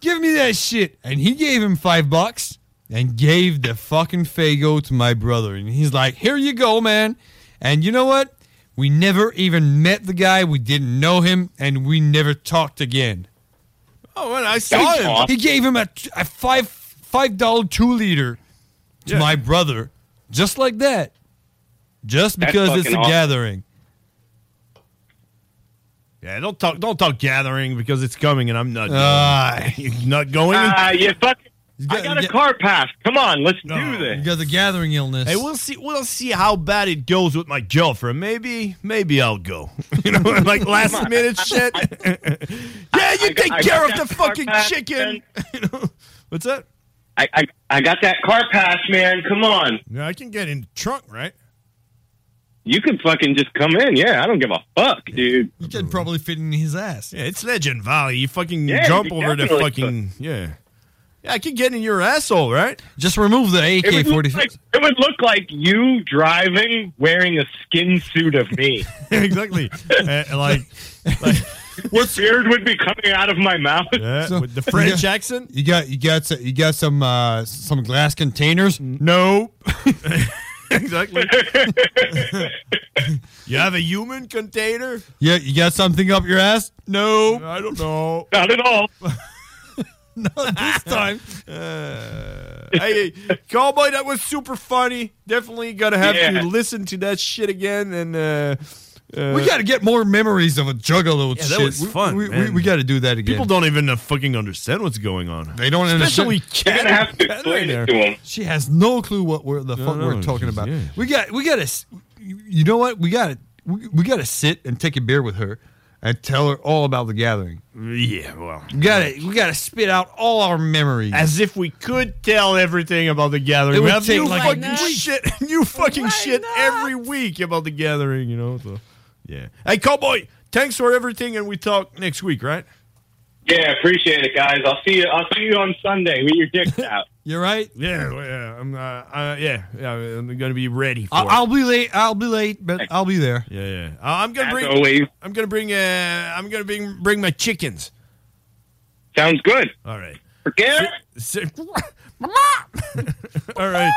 give me that shit," and he gave him five bucks and gave the fucking fago to my brother, and he's like, "Here you go, man," and you know what? We never even met the guy. We didn't know him, and we never talked again.
Oh, well, I saw
He-
him.
He gave him a, a five five dollar two liter to
Yeah.
my brother, just like that, just
That's
because it's
fucking
a
awesome.
gathering.
Yeah, don't talk. Don't talk gathering because it's coming and I'm not.
Ah.
going. You're not going.
Ah, you
fucking.
I got a
car pass. Come on, let's
do this.
You got the gathering illness.
Hey, we'll see. We'll see how bad it goes with my girlfriend. Maybe, maybe I'll go. You know, like
Come
last
on.
minute shit. yeah, you
I got-
take
I
care
got
of
that
the fucking
car back,
chicken. What's that?
I, I I got that car pass, man. Come on.
Yeah, I can get in the trunk, right?
You can fucking just come in. Yeah, I don't give a fuck, dude.
You can probably fit in his ass.
Yeah, it's Legend Valley. You fucking
Yeah,
jump
you
over the
definitely
fucking yeah. Yeah, I can get in your asshole, right?
Just remove the
It would, look like, it would look like you driving wearing a skin suit of me.
exactly. Uh, like,
what's beard would be coming out of my mouth.
So- you got- You got you got s- you got some uh, s- some glass containers. No.
exactly. you have a human container?
Yeah, you got something up your ass? No.
I don't know.
Not at all.
Not this time.
hey, cowboy, that was super funny. Definitely gonna have
Yeah.
to listen to that shit again. And uh, uh,
we got to get more memories of a juggalo
Yeah,
shit.
that was
We-
fun.
We, we, got to do that again.
People don't even uh, fucking understand what's going on.
They don't
Especially
understand.
Ken. Ken right there.
She has no clue what we're the fuck
no,
we're talking
she's-
about.
Oh, yeah.
We got we got to you know what we got to we, we got to sit and take a beer with her and tell her all about the gathering.
Yeah, well,
We got to we got to spit out all our memories.
as if we could tell everything about the gathering.
It
we
would
have
take
new
like-
fucking
Why not?
shit, new fucking shit every week about the gathering. You know, so yeah. Hey, cowboy, thanks for everything, and we talk next week, right?
Yeah, appreciate it, guys. I'll see you. I'll see you on Sunday with your dicks out.
You're right.
Yeah, well, yeah, I'm, uh, uh, yeah, yeah. I'm gonna be ready. For
I'll,
it.
I'll be late. I'll be late, but I'll be there.
Yeah, yeah. Uh, I'm gonna
As
bring.
always.
I'm gonna bring. Uh, I'm gonna bring bring my chickens.
Sounds good.
All right.
Forget.
All right.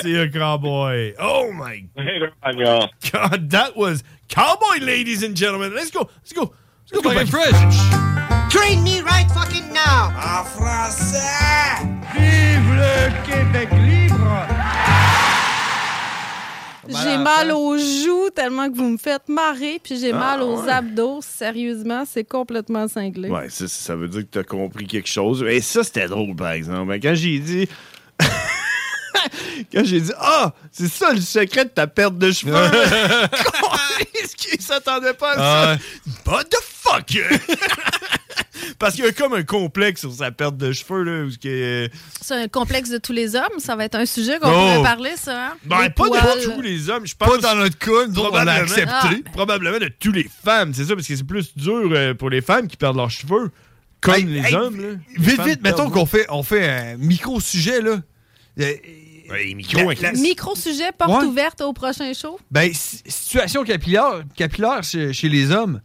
See ya, cowboy. Oh my
Later on, y'all.
god, that was cowboy, ladies and gentlemen. Let's go. Let's go. Let's go back
fresh.
Train me right fucking now. En français. Vive le Québec libre.
J'ai mal aux joues tellement que vous me faites marrer, puis j'ai
Ah,
mal aux
ouais.
abdos. Sérieusement, c'est complètement cinglé.
Ouais, ça, ça veut dire que t'as compris quelque chose. Et ça, c'était drôle, par exemple. Quand j'ai dit. Quand j'ai dit
"Oh,
Ah, c'est ça le secret de ta perte de cheveux.
Ah
Est-ce qu'il s'attendait pas à ça? What the fuck? Parce qu'il y a comme un complexe sur sa perte de cheveux, là. Où, ce euh, qui est-
C'est un complexe de tous les hommes. Ça va être un sujet qu'on
Oh.
pourrait parler, ça. hein?
Ben,
Les
pas
poils.
de tous les hommes, je pense. Pas dans notre cas,
on l'a accepté. Ah.
Probablement de tous les femmes, c'est ça, parce que c'est plus dur euh, pour les femmes qui perdent leurs cheveux, comme les
hey,
hommes. là. Les
Vite,
femmes
vite, mettons
perdent-
qu'on fait, on fait un micro-sujet, là. Euh, la- la-
Micro-sujet, porte
Ouais.
ouverte au prochain show.
Ben, si- situation capillaire, capillaire chez, chez les hommes.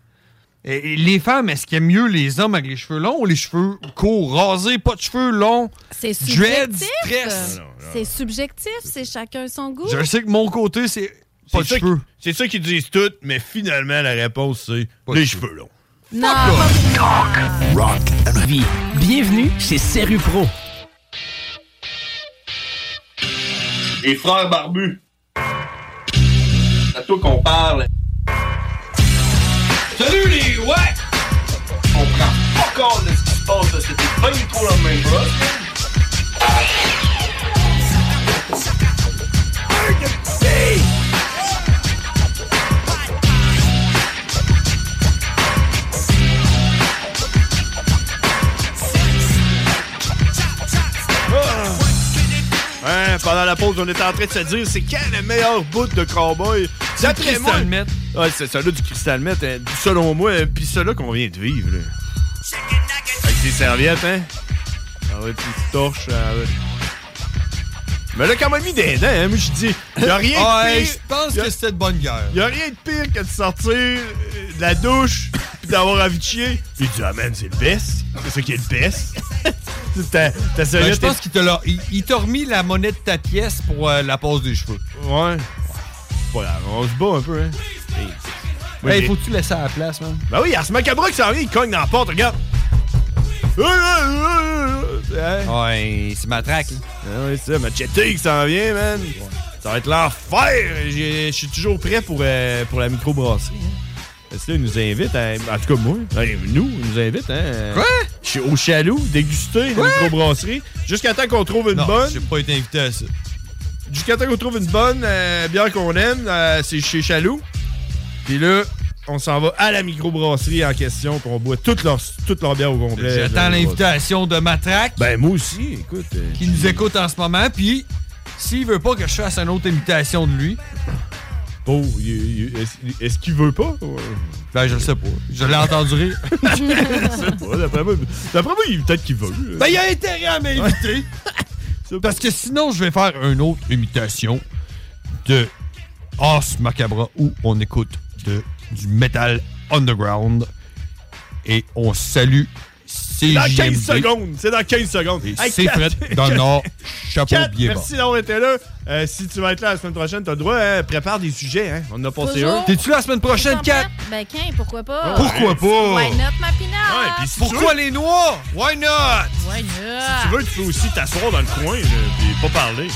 Et- et les femmes, est-ce qu'il y a mieux les hommes avec les cheveux longs ou les cheveux courts, rasés, pas de cheveux longs?
C'est
dreads,
subjectif.
tresse.
C'est subjectif, c'est chacun son goût.
Je sais que mon côté, c'est pas de
C'est ça
cheveux.
qui- C'est ça qu'ils disent tout, mais finalement, la réponse, c'est les cheveux longs.
Non.
Rock.
Vie. Bienvenue chez Seru Pro.
Les frères barbus. C'est à toi qu'on parle. Salut les ouais! On prend pas compte de ce qui se passe, là. c'était pas du tout la même
Hein, pendant la pause, on était en train de se dire c'est quel le meilleur bout de cowboy D'après moi.
Crystal
Ouais, c'est celui du cristal meth, hein, selon moi, euh, puis celui qu'on vient de vivre. Là. Avec ses serviettes, hein Ah ouais, puis une torche. ah ouais. Mais là, quand même mis des dents, hein, moi je dis. Y'a rien de
Ouais,
pire.
Ah, je pense que c'était de bonne guerre.
Y a rien de pire que de sortir euh, de la douche pis d'avoir envie de chier. Pis tu dis, ah man, c'est le best. C'est ça qui est le best. C'est ta, ta
Ben,
serviette
je pense
est-
qu'il te l'a- il- il t'a remis la monnaie de ta pièce pour euh, la pose des cheveux.
Ouais. Voilà, on se bat un peu, hein. Hey, Moi,
Hey,
j'ai-
faut-tu laisser à la place, man?
Ben oui, il y a ce macabre qui s'en vient, il cogne dans la porte, regarde. Euh,
Ah,
Ouais, c'est ma traque. Ouais, hein? Ah c'est ça, ma jetée qui s'en vient, man. Ça va être l'enfer. J'ai- Je suis toujours prêt pour, euh, pour la microbrasserie. hein. Parce que là, ils nous invitent, à- en tout cas moi, hey, nous, ils nous invitent. Hein, Quoi? Chez, au Chaloux, déguster la microbrasserie. Jusqu'à temps qu'on trouve une bonne. J'ai pas été invité à ça. Jusqu'à temps qu'on trouve une bonne euh, bière qu'on aime, euh, c'est chez Chaloux. Puis là, on s'en va à la microbrasserie en question, puis on boit toute leur, toute leur bière au complet.
J'attends l'invitation de Matraque.
Ben, moi aussi, écoute. euh,
qui nous écoute en ce moment, puis s'il veut pas que je fasse une autre imitation de lui.
Bon, Oh, est-ce qu'il veut pas?
Ben, je le sais pas. Je l'ai entendu rire.
Je sais pas, d'après moi, d'après moi, il- peut-être qu'il veut.
Ben, il a intérêt à m'inviter. Parce que sinon, je vais faire une autre imitation de Os Macabra où on écoute de, du metal underground et on salue CJMD.
C'est dans 15 secondes. C'est dans 15 secondes.
Et
Hey,
c'est
Kat-
Fred Donor, chapeau
Kat,
bien bas.
Merci d'avoir été là. Euh, si tu vas être là la semaine prochaine, t'as le droit. hein, prépare des sujets. Hein. On en a passé
Toujours.
un.
T'es-tu
là la semaine
J'en prends- Ben, quin, pourquoi pas?
Pourquoi pas?
Why not, ma pinard?
Pourquoi les noirs? Why not?
Why
Si tu
not?
veux, tu peux aussi t'asseoir dans le coin là, pis pas parler.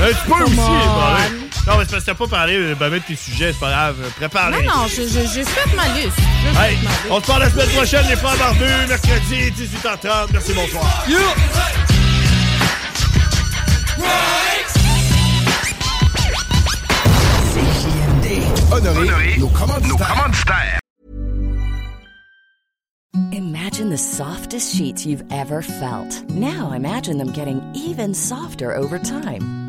Euh, tu peux aussi
Come on.
parler. Non, mais c'est parce que t'as pas parlé, euh, ben mettre tes sujets, c'est pas grave. euh, Prépare-les.
Non, non, je, je, je fais ma liste. Je
Hey,
fais ma liste.
on se parle la semaine prochaine, les frères barbus, mercredi, 18h30. Merci, bonsoir.
Honorer, nos commanditaires.
Imagine the softest sheets you've ever felt. Now imagine them getting even softer over time.